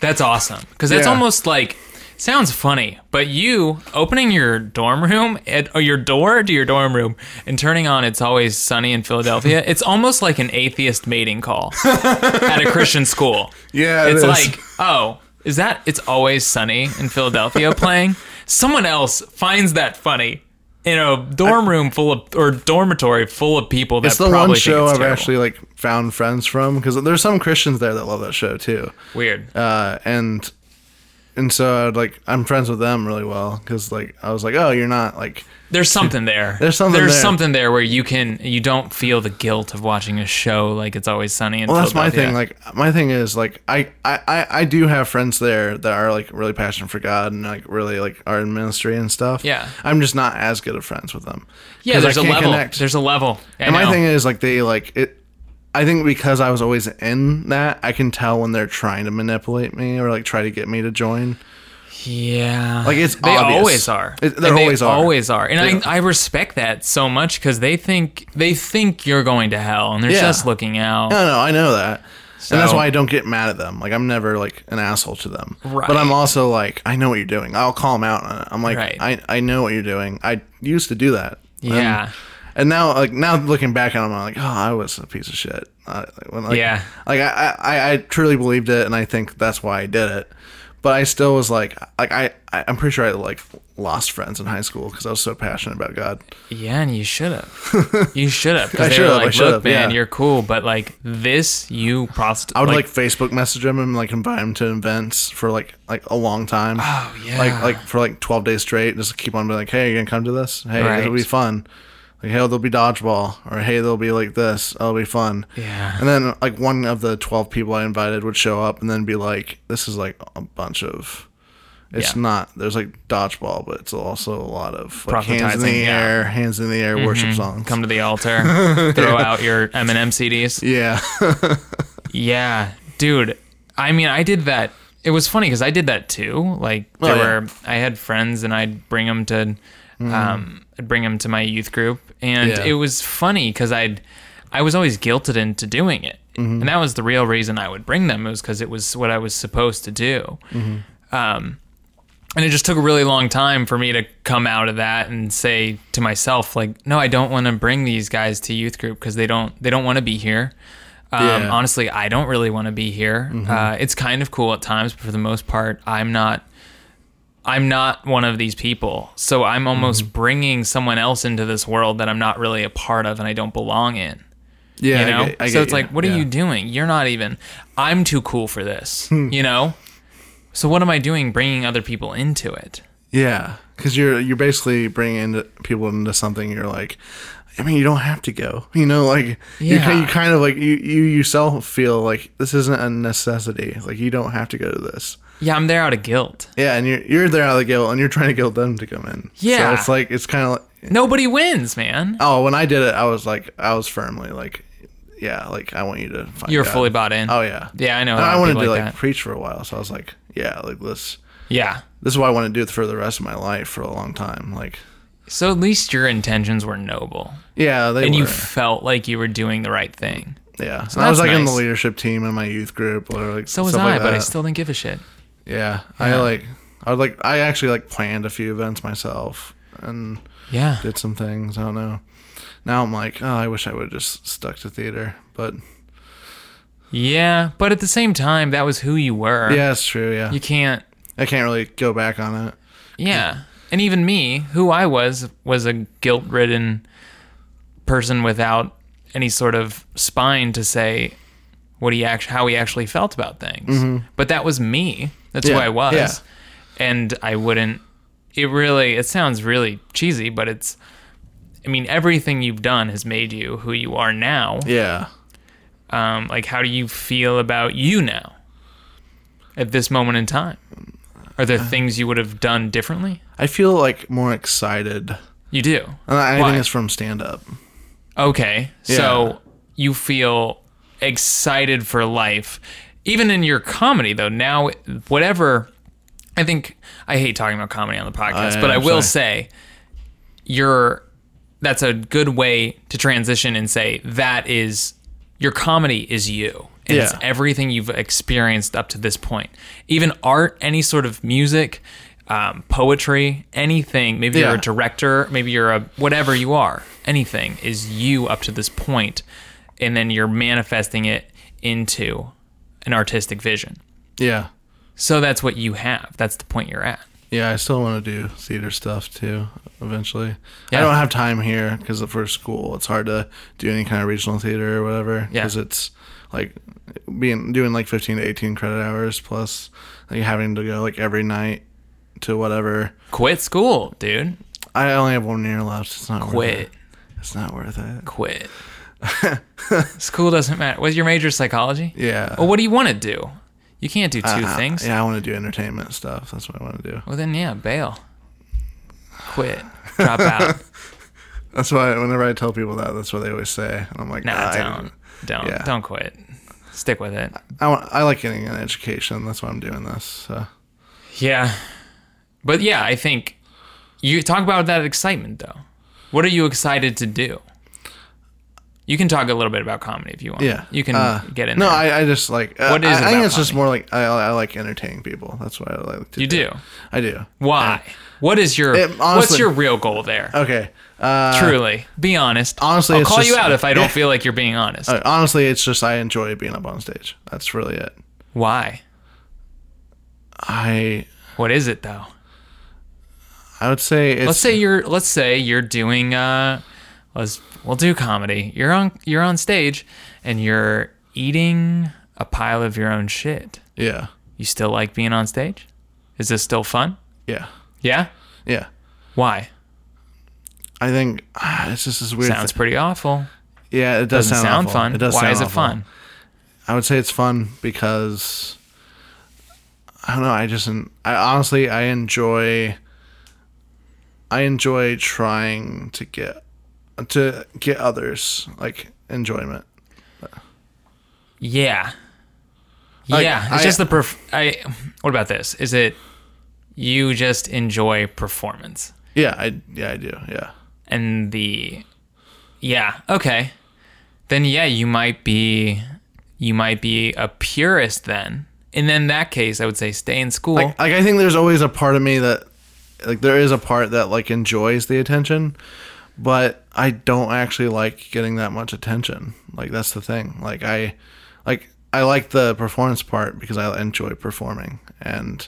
that's awesome because that's Yeah. almost like sounds funny, but you opening your dorm room at, or your door to your dorm room and turning on "It's Always Sunny in Philadelphia," it's almost like an atheist mating call at a Christian school. Yeah, it it's is. like, oh, is that "It's Always Sunny in Philadelphia" playing? Someone else finds that funny in a dorm room full of or dormitory full of people that It's the probably one show think it's I've terrible. actually like found friends from because there's some Christians there that love that show too, weird. uh, and and so I'd like I'm friends with them really well because like I was like, oh, you're not like There's something there. There's something There's there. something there where you can you don't feel the guilt of watching a show like it's always sunny in Well, that's my Philadelphia. thing. Like my thing is like I, I I I do have friends there that are like really passionate for God and like really like are in ministry and stuff. Yeah. I'm just not as good of friends with them. yeah, 'Cause I there's a can't level. connect. There's a level. I and my know. thing is like they like it. I think because I was always in that, I can tell when they're trying to manipulate me or like try to get me to join. yeah, Like, it's they obvious. always are. It- they And always are. Always are. And They- I, I respect that so much because they think they think you're going to hell and they're Yeah. just looking out. No, no, I know that. and that's So- why I don't get mad at them. Like I'm never like an asshole to them. Right. But I'm also like, I know what you're doing. I'll call them out on it. I'm like, Right. I, I know what you're doing. I used to do that. And- Yeah. And, now like now looking back on them, I'm like, oh, I was a piece of shit. Uh, when, like, Yeah. Like I, I I truly believed it, and I think that's why I did it. But I still was like, like I, I I'm pretty sure I like lost friends in high school because I was so passionate about God. Yeah, and you should have. You should have. I Because they were should've, I like, should've, look, man, yeah. you're cool, but like this, you prostitute. I would like, Facebook message him and like invite him to events for like like a long time. Oh yeah. Like like for like twelve days straight. Just keep on being like, hey, you gonna come to this? Hey, Right. it'll be fun. Like hey, there'll be dodgeball, or hey, there'll be like this. It'll be fun. Yeah. And then like one of the twelve people I invited would show up and then be like, this is like a bunch of. It's Yeah. not. There's like dodgeball, but it's also a lot of like hands in the Proselytizing, yeah. Mm-hmm. air, hands in the air, worship songs. come to the altar, throw out your Eminem CDs. yeah. Yeah, dude. I mean, I did that. It was funny because I did that too. Like there Oh, yeah. Mm. were, I had friends, and I'd bring them to, um, I'd bring them to my youth group, and Yeah. it was funny because I'd, I was always guilted into doing it, Mm-hmm. and that was the real reason I would bring them. It was because it was what I was supposed to do. Mm-hmm. Um, and it just took a really long time for me to come out of that and say to myself like no i don't want to bring these guys to youth group because they don't they don't want to be here um, Yeah. honestly i don't really want to be here Mm-hmm. uh, it's kind of cool at times but for the most part i'm not i'm not one of these people so i'm almost Mm-hmm. bringing someone else into this world that i'm not really a part of and i don't belong in Yeah. you I know get- I so get it's like what are Yeah. you doing you're not even i'm too cool for this Hmm. you know so what am i doing bringing other people into it Yeah, because you're you're basically bringing into people into something. You're like, I mean, you don't have to go. You know, like you Yeah. you, you kind of like you you yourself feel like this isn't a necessity. Like you don't have to go to this. yeah i'm there out of guilt Yeah, and you're you're there out of the guilt, and you're trying to guilt them to come in. Yeah. so it's like it's kind of like nobody wins man oh, when I did it, I was like I was firmly like, yeah, like I want you to find. you're God. fully bought in Oh yeah, yeah i know a And lot I of wanted people to like like that. preach for a while, so I was like, yeah, like this. yeah This is what I want to do for the rest of my life for a long time. Like, so at least your intentions were noble yeah, they and were. you felt like you were doing the right thing Yeah, So I was that's like in the nice. leadership team in my youth group, or like so was stuff i like uh, but i that. still didn't give a shit yeah, I like I would like I actually like planned a few events myself and yeah did some things. I don't know. Now I'm like, oh, I wish I would have just stuck to theater, but yeah but at the same time that was who you were yeah, it's true. Yeah, you can't I can't really go back on it. Yeah. And even me, who I was, was a guilt ridden person without any sort of spine to say what he act- how he actually felt about things. But that was me. That's who Mm-hmm. Yeah, I was. yeah. And I wouldn't it really it sounds really cheesy, but it's I mean, everything you've done has made you who you are now. Yeah, Um, like how do you feel about you now? At this moment in time? Are there things you would have done differently? I feel like more excited. You do. And I, I Why? think it's from stand up. Okay. Yeah. So you feel excited for life. Even in your comedy, though, now, whatever, I think I hate talking about comedy on the podcast, I- but I I'm will say you're, that's a good way to transition and say that is, your comedy is you. And it's Yeah. everything you've experienced up to this point. Even art, any sort of music, um, poetry, anything. Maybe you're Yeah. a director, maybe you're a whatever you are. Anything is you up to this point, and then you're manifesting it into an artistic vision. Yeah. So that's what you have. That's the point you're at. Yeah, I still want to do theater stuff too eventually. Yeah. I don't have time here because for school, it's hard to do any kind of regional theater or whatever. Yeah. Because it's like being doing like 15 to 18 credit hours plus like having to go like every night to whatever. Quit school, dude. I only have one year left. It's not worth Quit. it. It's not worth it. Quit. school doesn't matter. Was your major psychology? Yeah. Well, what do you want to do? You can't do two Uh, things. Yeah, I want to do entertainment stuff. That's what I want to do. Well, then, yeah, bail. Quit. Drop out. That's why whenever I tell people that, that's what they always say. And I'm like, No, "Ah, I don't. Don't. yeah. Don't quit. Stick with it. I, want, I like getting an education. That's why I'm doing this. So. Yeah. But yeah, I think you talk about that excitement, though. What are you excited to do? You can talk a little bit about comedy if you want. Yeah, You can Uh, get in No, there. I, I just like. Uh, What what is? is I, I it about think it's just comedy? more like I, I like entertaining people. That's why I like to. you do. I do. Why? What is your It- what's honestly- your real goal there? Uh, Okay. Uh, Truly, be honest. honestly, I'll it's call you just- out if I don't feel like you're being honest. uh, honestly, it's just I enjoy being up on stage. That's really it. Why? I What is it though? I would say it's. Let's say you're let's say you're doing uh let's we'll do comedy. You're on you're on stage and you're eating a pile of your own shit. yeah, You still like being on stage? Is this still fun? yeah, Yeah? yeah. Why? I think ah, it's just this weird. Sounds thi- pretty awful. yeah, it does Doesn't sound, awful. fun. It does Why sound is it awful. fun? I would say it's fun because I don't know. I just I honestly I enjoy I enjoy trying to get to get others like enjoyment. Yeah. Like, yeah. It's I- just the perf- I what about this? Is it you just enjoy performance Yeah, I yeah I do. Yeah, and the Yeah, okay. Then yeah, you might be you might be a purist then. And then in that case, I would say stay in school. like, like I think there's always a part of me that like there is a part that like enjoys the attention, but I don't actually like getting that much attention. Like that's the thing. Like I like I like the performance part because I enjoy performing and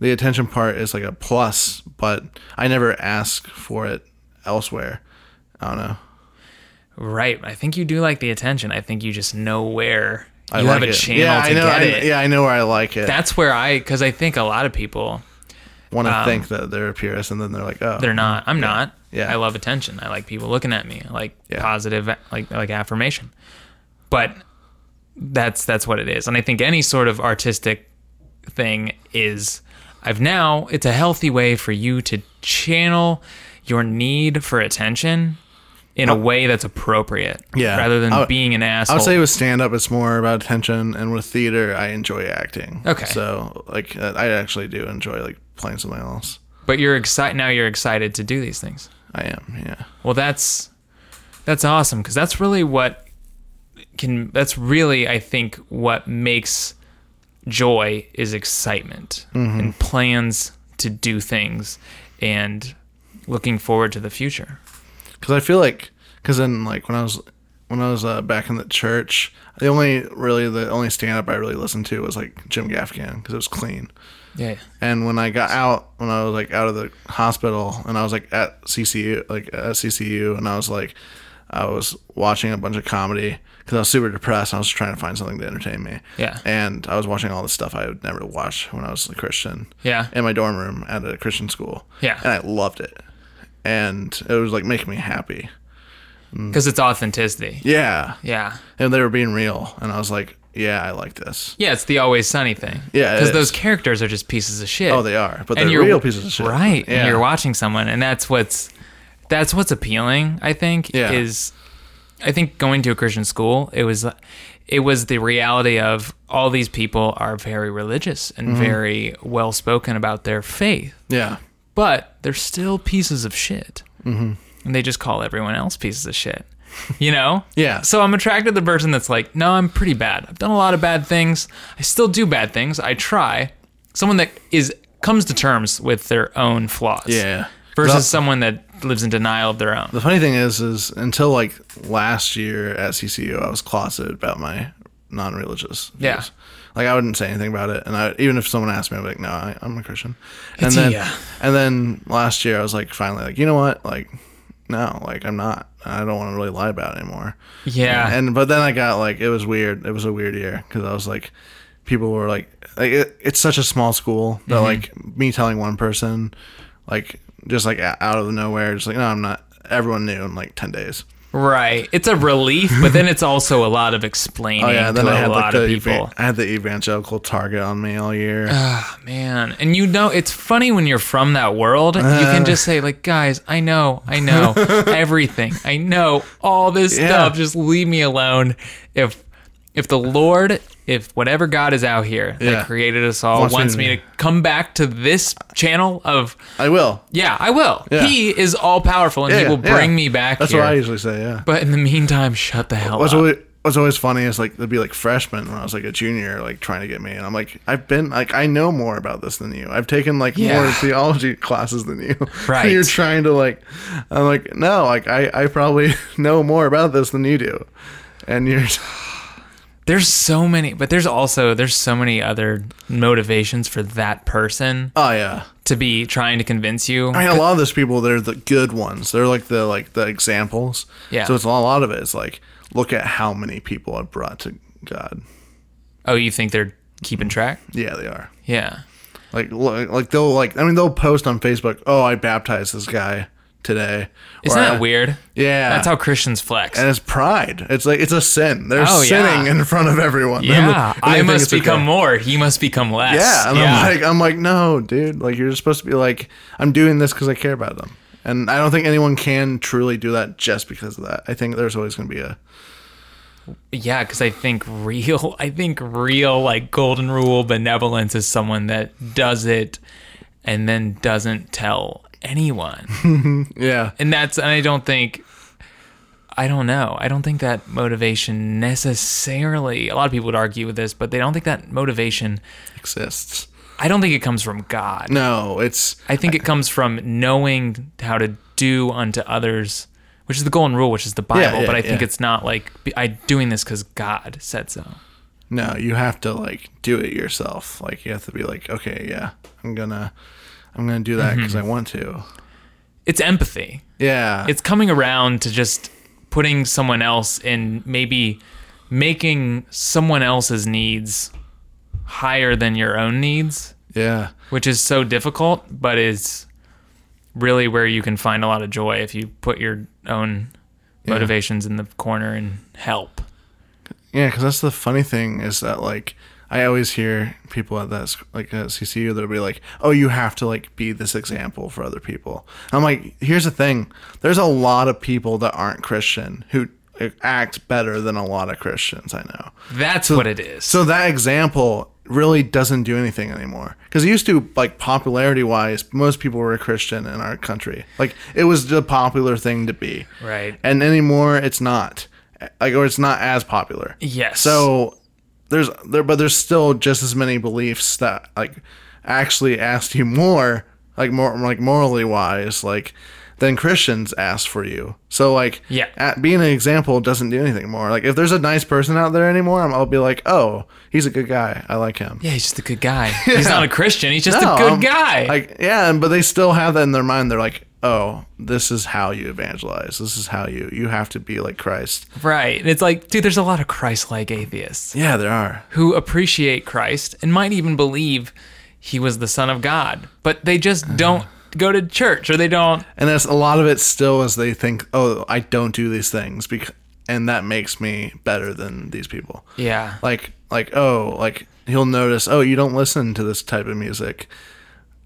the attention part is like a plus, but I never ask for it elsewhere. I don't know. right. I think you do like the attention. I think you just know where I you like have a it. channel yeah, to I know, get I, it. Yeah, I know where I like it. That's where I cuz I think a lot of people Want to think that they're a purist, and then they're like, oh, um, They're not. I'm not. Yeah. I love attention. I like people looking at me. I like Yeah. positive like like affirmation. But that's that's what it is. And I think any sort of artistic thing is I've now it's a healthy way for you to channel your need for attention in a way that's appropriate. Oh. Yeah. Rather than I would- being an asshole. I would say with stand up, it's more about attention, and with theater, I enjoy acting. Okay. So, like, uh, I actually do enjoy like playing something else. but you're excited now you're excited to do these things. I am, yeah, Well, that's that's awesome because that's really what can that's really I think what makes joy is excitement Mm-hmm. and plans to do things and looking forward to the future. because I feel like, because then like when I was when I was uh, back in the church, the only really the only stand up I really listened to was like Jim Gaffigan because it was clean. Yeah. And when I got out, when I was like out of the hospital, and I was like at CCU, like at CCU, and I was like, I was watching a bunch of comedy because I was super depressed. And I was trying to find something to entertain me. Yeah. And I was watching all the stuff I would never watch when I was a Christian. Yeah. In my dorm room at a Christian school. Yeah. And I loved it, and it was like making me happy. Because it's authenticity. Yeah. Yeah. And they were being real, and I was like, yeah, I like this. Yeah, it's the always sunny thing. Yeah, it Because those is. characters are just pieces of shit. Oh, they are, but and they're you're real pieces of shit. right Yeah. and you're watching someone and that's what's that's what's appealing i think Yeah. is i think going to a christian school it was it was the reality of all these people are very religious and Mm-hmm. very well spoken about their faith yeah. but they're still pieces of shit Mm-hmm. and they just call everyone else pieces of shit you know Yeah. so i'm attracted to the person that's like no i'm pretty bad i've done a lot of bad things i still do bad things i try someone that is comes to terms with their own flaws. Yeah. Versus The- someone that lives in denial of their own. The funny thing is, is until like last year at CCU, I was closeted about my non-religious. Views. Yeah. Like I wouldn't say anything about it, and I even if someone asked me, I'd be like, "No, I, I'm a Christian." And It's- then, yeah. and then last year, I was like, finally, like, you know what, like, no, like I'm not. I don't want to really lie about it anymore. yeah. And but then I got like it was weird. It was a weird year because I was like, people were like, like it, it's such a small school that like me telling one person, like just like o- out of nowhere, just like no, I'm not. Everyone knew in like ten days. right. It's a relief, but then it's also a lot of explaining Oh yeah, to then I a had like lot the of eva- people. I had the evangelical target on me all year. Man, and you know it's funny when you're from that world, you can just say like, "Guys, I know, I know everything. I know all this Yeah. stuff. Just leave me alone. If if the Lord, if whatever God is out here Yeah. that created us all Wants wants, me to me be- to come back to this channel of I will. yeah, I will. Yeah. He is all powerful, and Yeah, He will yeah. bring me back That's here. what I usually say. Yeah. but in the meantime, shut the hell What's up. always, what's always funny is like there'd be like freshmen when I was like a junior, like trying to get me, and I'm like, I've been like I know more about this than you. I've taken like more Yeah. theology classes than you. Right. And you're trying to like, I'm like, no, like I I probably know more about this than you do, and you're there's so many, but there's also there's so many other motivations for that person. oh yeah. to be trying to convince you. I mean, a lot of those people, they're the good ones. They're like the like the examples. Yeah. So it's a lot of it is like, look at how many people I've brought to God. Oh, you think they're keeping track? Yeah, they are. Yeah. Like, like, like they'll like. I mean, they'll post on Facebook. Oh, I baptized this guy today. Isn't Or, that uh, weird? Yeah, That's how Christians flex. And it's pride. It's like it's a sin. They're Oh, yeah. sinning in front of everyone. And yeah. they- and they I think must it's okay. become more. He must become less. Yeah, and I'm like, I'm like, no, dude. Like, you're supposed to be like, I'm doing this because I care about them. And I don't think anyone can truly do that just because of that. I think there's always going to be a yeah, because I think real, I think real, like golden rule benevolence is someone that does it and then doesn't tell anyone. yeah. and that's, and I don't think. I don't know. I don't think that motivation necessarily. A lot of people would argue with this, but they don't think that motivation exists. I don't think it comes from God. No, it's I think it comes from knowing how to do unto others, which is the golden rule, which is the Bible. yeah, but I think yeah. it's not like be- I doing this because God said so. no. You have to like do it yourself. Like you have to be like, okay, yeah, I'm gonna, I'm gonna do that because I want to. It's empathy. Yeah, It's coming around to just putting someone else in maybe making someone else's needs higher than your own needs, yeah, which is so difficult, but is really where you can find a lot of joy if you put your own motivations in the corner and help. yeah. Because that's the funny thing is that like I always hear people at that sc- like at CCU that'll be like, oh, you have to like be this example for other people. I'm like, here's the thing. There's a lot of people that aren't Christian who act better than a lot of Christians I know. That's what it is. So that example really doesn't do anything anymore. Because it used to, like popularity wise, most people were a Christian in our country. Like it was the popular thing to be. Right. And anymore, it's not. Like or it's not as popular. Yes. So there's there, but there's still just as many beliefs that like actually ask you more, like more like morally wise, like than Christians ask for you. So like Yeah. at, being an example doesn't do anything more. Like if there's a nice person out there anymore, I'm, I'll be like, oh, he's a good guy. I like him. yeah, he's just a good guy. He's not a Christian. He's just No, a good I'm- guy. Like yeah, and- but they still have that in their mind. They're like, oh, this is how you evangelize. This is how you you have to be like Christ. right. And it's like, dude, there's a lot of Christ-like atheists Yeah, there are. who appreciate Christ and might even believe he was the son of God, but they just don't go to church or they don't. and that's a lot of it still is they think oh i don't do these things because and that makes me better than these people Yeah. like like oh like he'll notice oh you don't listen to this type of music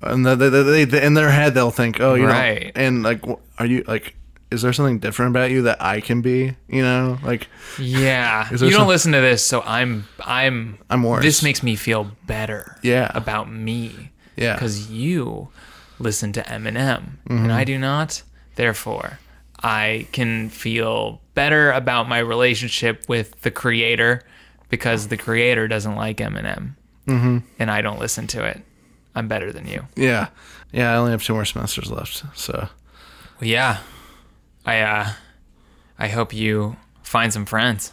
and they, they, they, they- in their head they'll think oh you don't- Right. and like wh- are you like is there something different about you that i can be you know like Yeah. You there don't some- listen to this, so I'm I'm I'm worse. This makes me feel better. Yeah. About me. Yeah. Mm-hmm. Because you listen to Eminem and I do not. Therefore, I can feel better about my relationship with the Mm-hmm. creator because the creator doesn't like Eminem and I don't listen to it. I'm better than you. Yeah. Yeah, I only have two more semesters left. So Well, yeah. I uh, I hope you find some friends.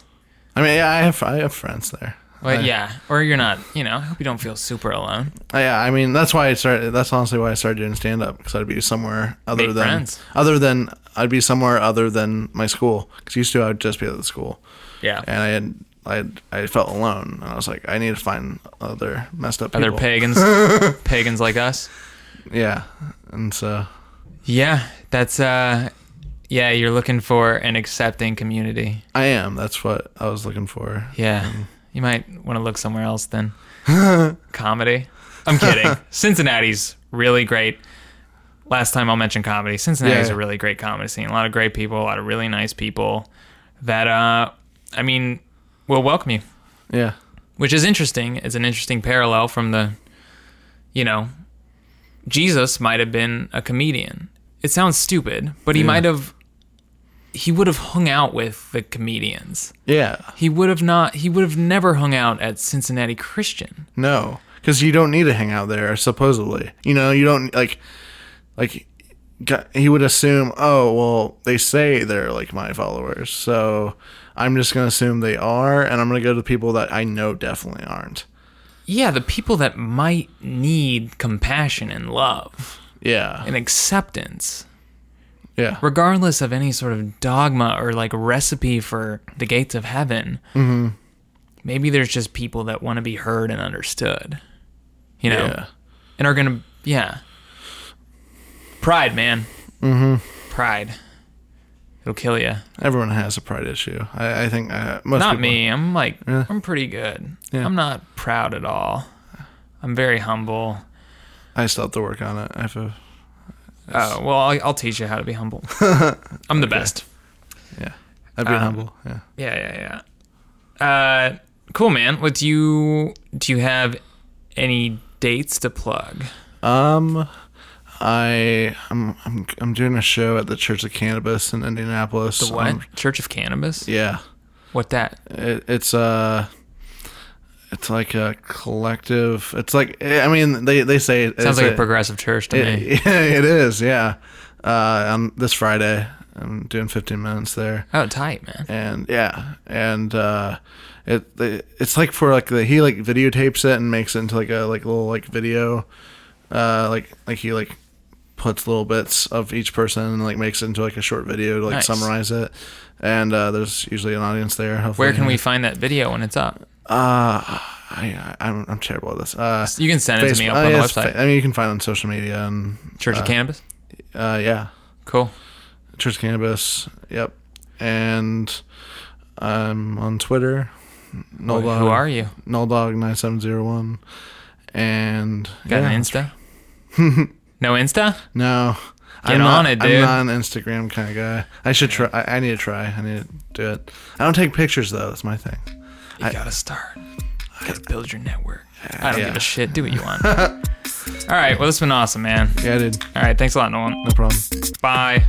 I mean, yeah, I have I have friends there. But yeah, or you're not. You know, I hope you don't feel super alone. Yeah, I mean that's why I started. That's honestly why I started doing stand up because I'd be somewhere other Make than friends. other than I'd be somewhere other than my school. Because used to I would just be at the school, Yeah. and I had I had, I felt alone, and I was like, I need to find other messed up Other people. pagans, pagans like us. Yeah, and so Yeah, that's uh, yeah. You're looking for an accepting community. I am. That's what I was looking for. Yeah. You might want to look somewhere else then. comedy. I'm kidding. Cincinnati's really great. Last time I'll mention comedy. Cincinnati's Yeah. a really great comedy scene. A lot of great people, a lot of really nice people that uh I mean will welcome you. Yeah, Which is interesting. It's an interesting parallel from the you know Jesus might have been a comedian. It sounds stupid, but he Yeah. might have he would have hung out with the comedians yeah. he would have not he would have never hung out at cincinnati christian No, because you don't need to hang out there. Supposedly, you know, you don't like, like, g- he would assume. Oh well, they say they're like my followers, so I'm just gonna assume they are, and I'm gonna go to people that I know definitely aren't. yeah the people that might need compassion and love Yeah, and acceptance yeah, regardless of any sort of dogma or like recipe for the gates of heaven Mm-hmm. maybe there's just people that want to be heard and understood you know yeah, and are gonna yeah pride man mm-hmm pride it'll kill you Everyone has a pride issue. I, I think uh, most not people- me. I'm like I'm pretty good. Yeah. I'm not proud at all. I'm very humble. I still have to work on it. I have a, Oh well, I'll, I'll teach you how to be humble. I'm the best. I've Uh, been humble. Yeah. Yeah, yeah, yeah. Uh, cool, man. What do you do? You have any dates to plug? Um, I I'm, I'm I'm doing a show at the Church of Cannabis in Indianapolis. The what? on- Church of Cannabis? um, yeah. What that? it, it's uh it's like a collective it's like eh, i mean they they say it- Sounds it's like a progressive church to me. it, it is yeah uh on this friday i'm doing 15 minutes there oh, tight, man. and yeah and uh it it's like for like the he like videotapes it and makes it into like a like little like video uh like like he like puts little bits of each person and like makes it into like a short video to like Nice. summarize it and uh there's usually an audience there hopefully Where can we find that video when it's up? I, I I'm, I'm terrible at this. Uh, You can send it to me. Facebook- I'll oh, put it on yeah, the it's website. fa- I mean, you can find it on social media and Church of Cannabis. uh, yeah, Cool. Church of Cannabis. Yep, and I'm on Twitter. Null Who are you? Null Dog nine seven zero one, and Got yeah. an Insta? no Insta? No, Get I'm on not, it, I'm dude. not an Instagram kind of guy. I should try. I, I need to try. I need to do it. I don't take pictures though. That's my thing. You gotta start. You gotta build your network. I don't give yeah. a shit. Do what you want. All right. Well, this has been awesome, man. Yeah, I did. All right. Thanks a lot, Nolan. No problem. Bye.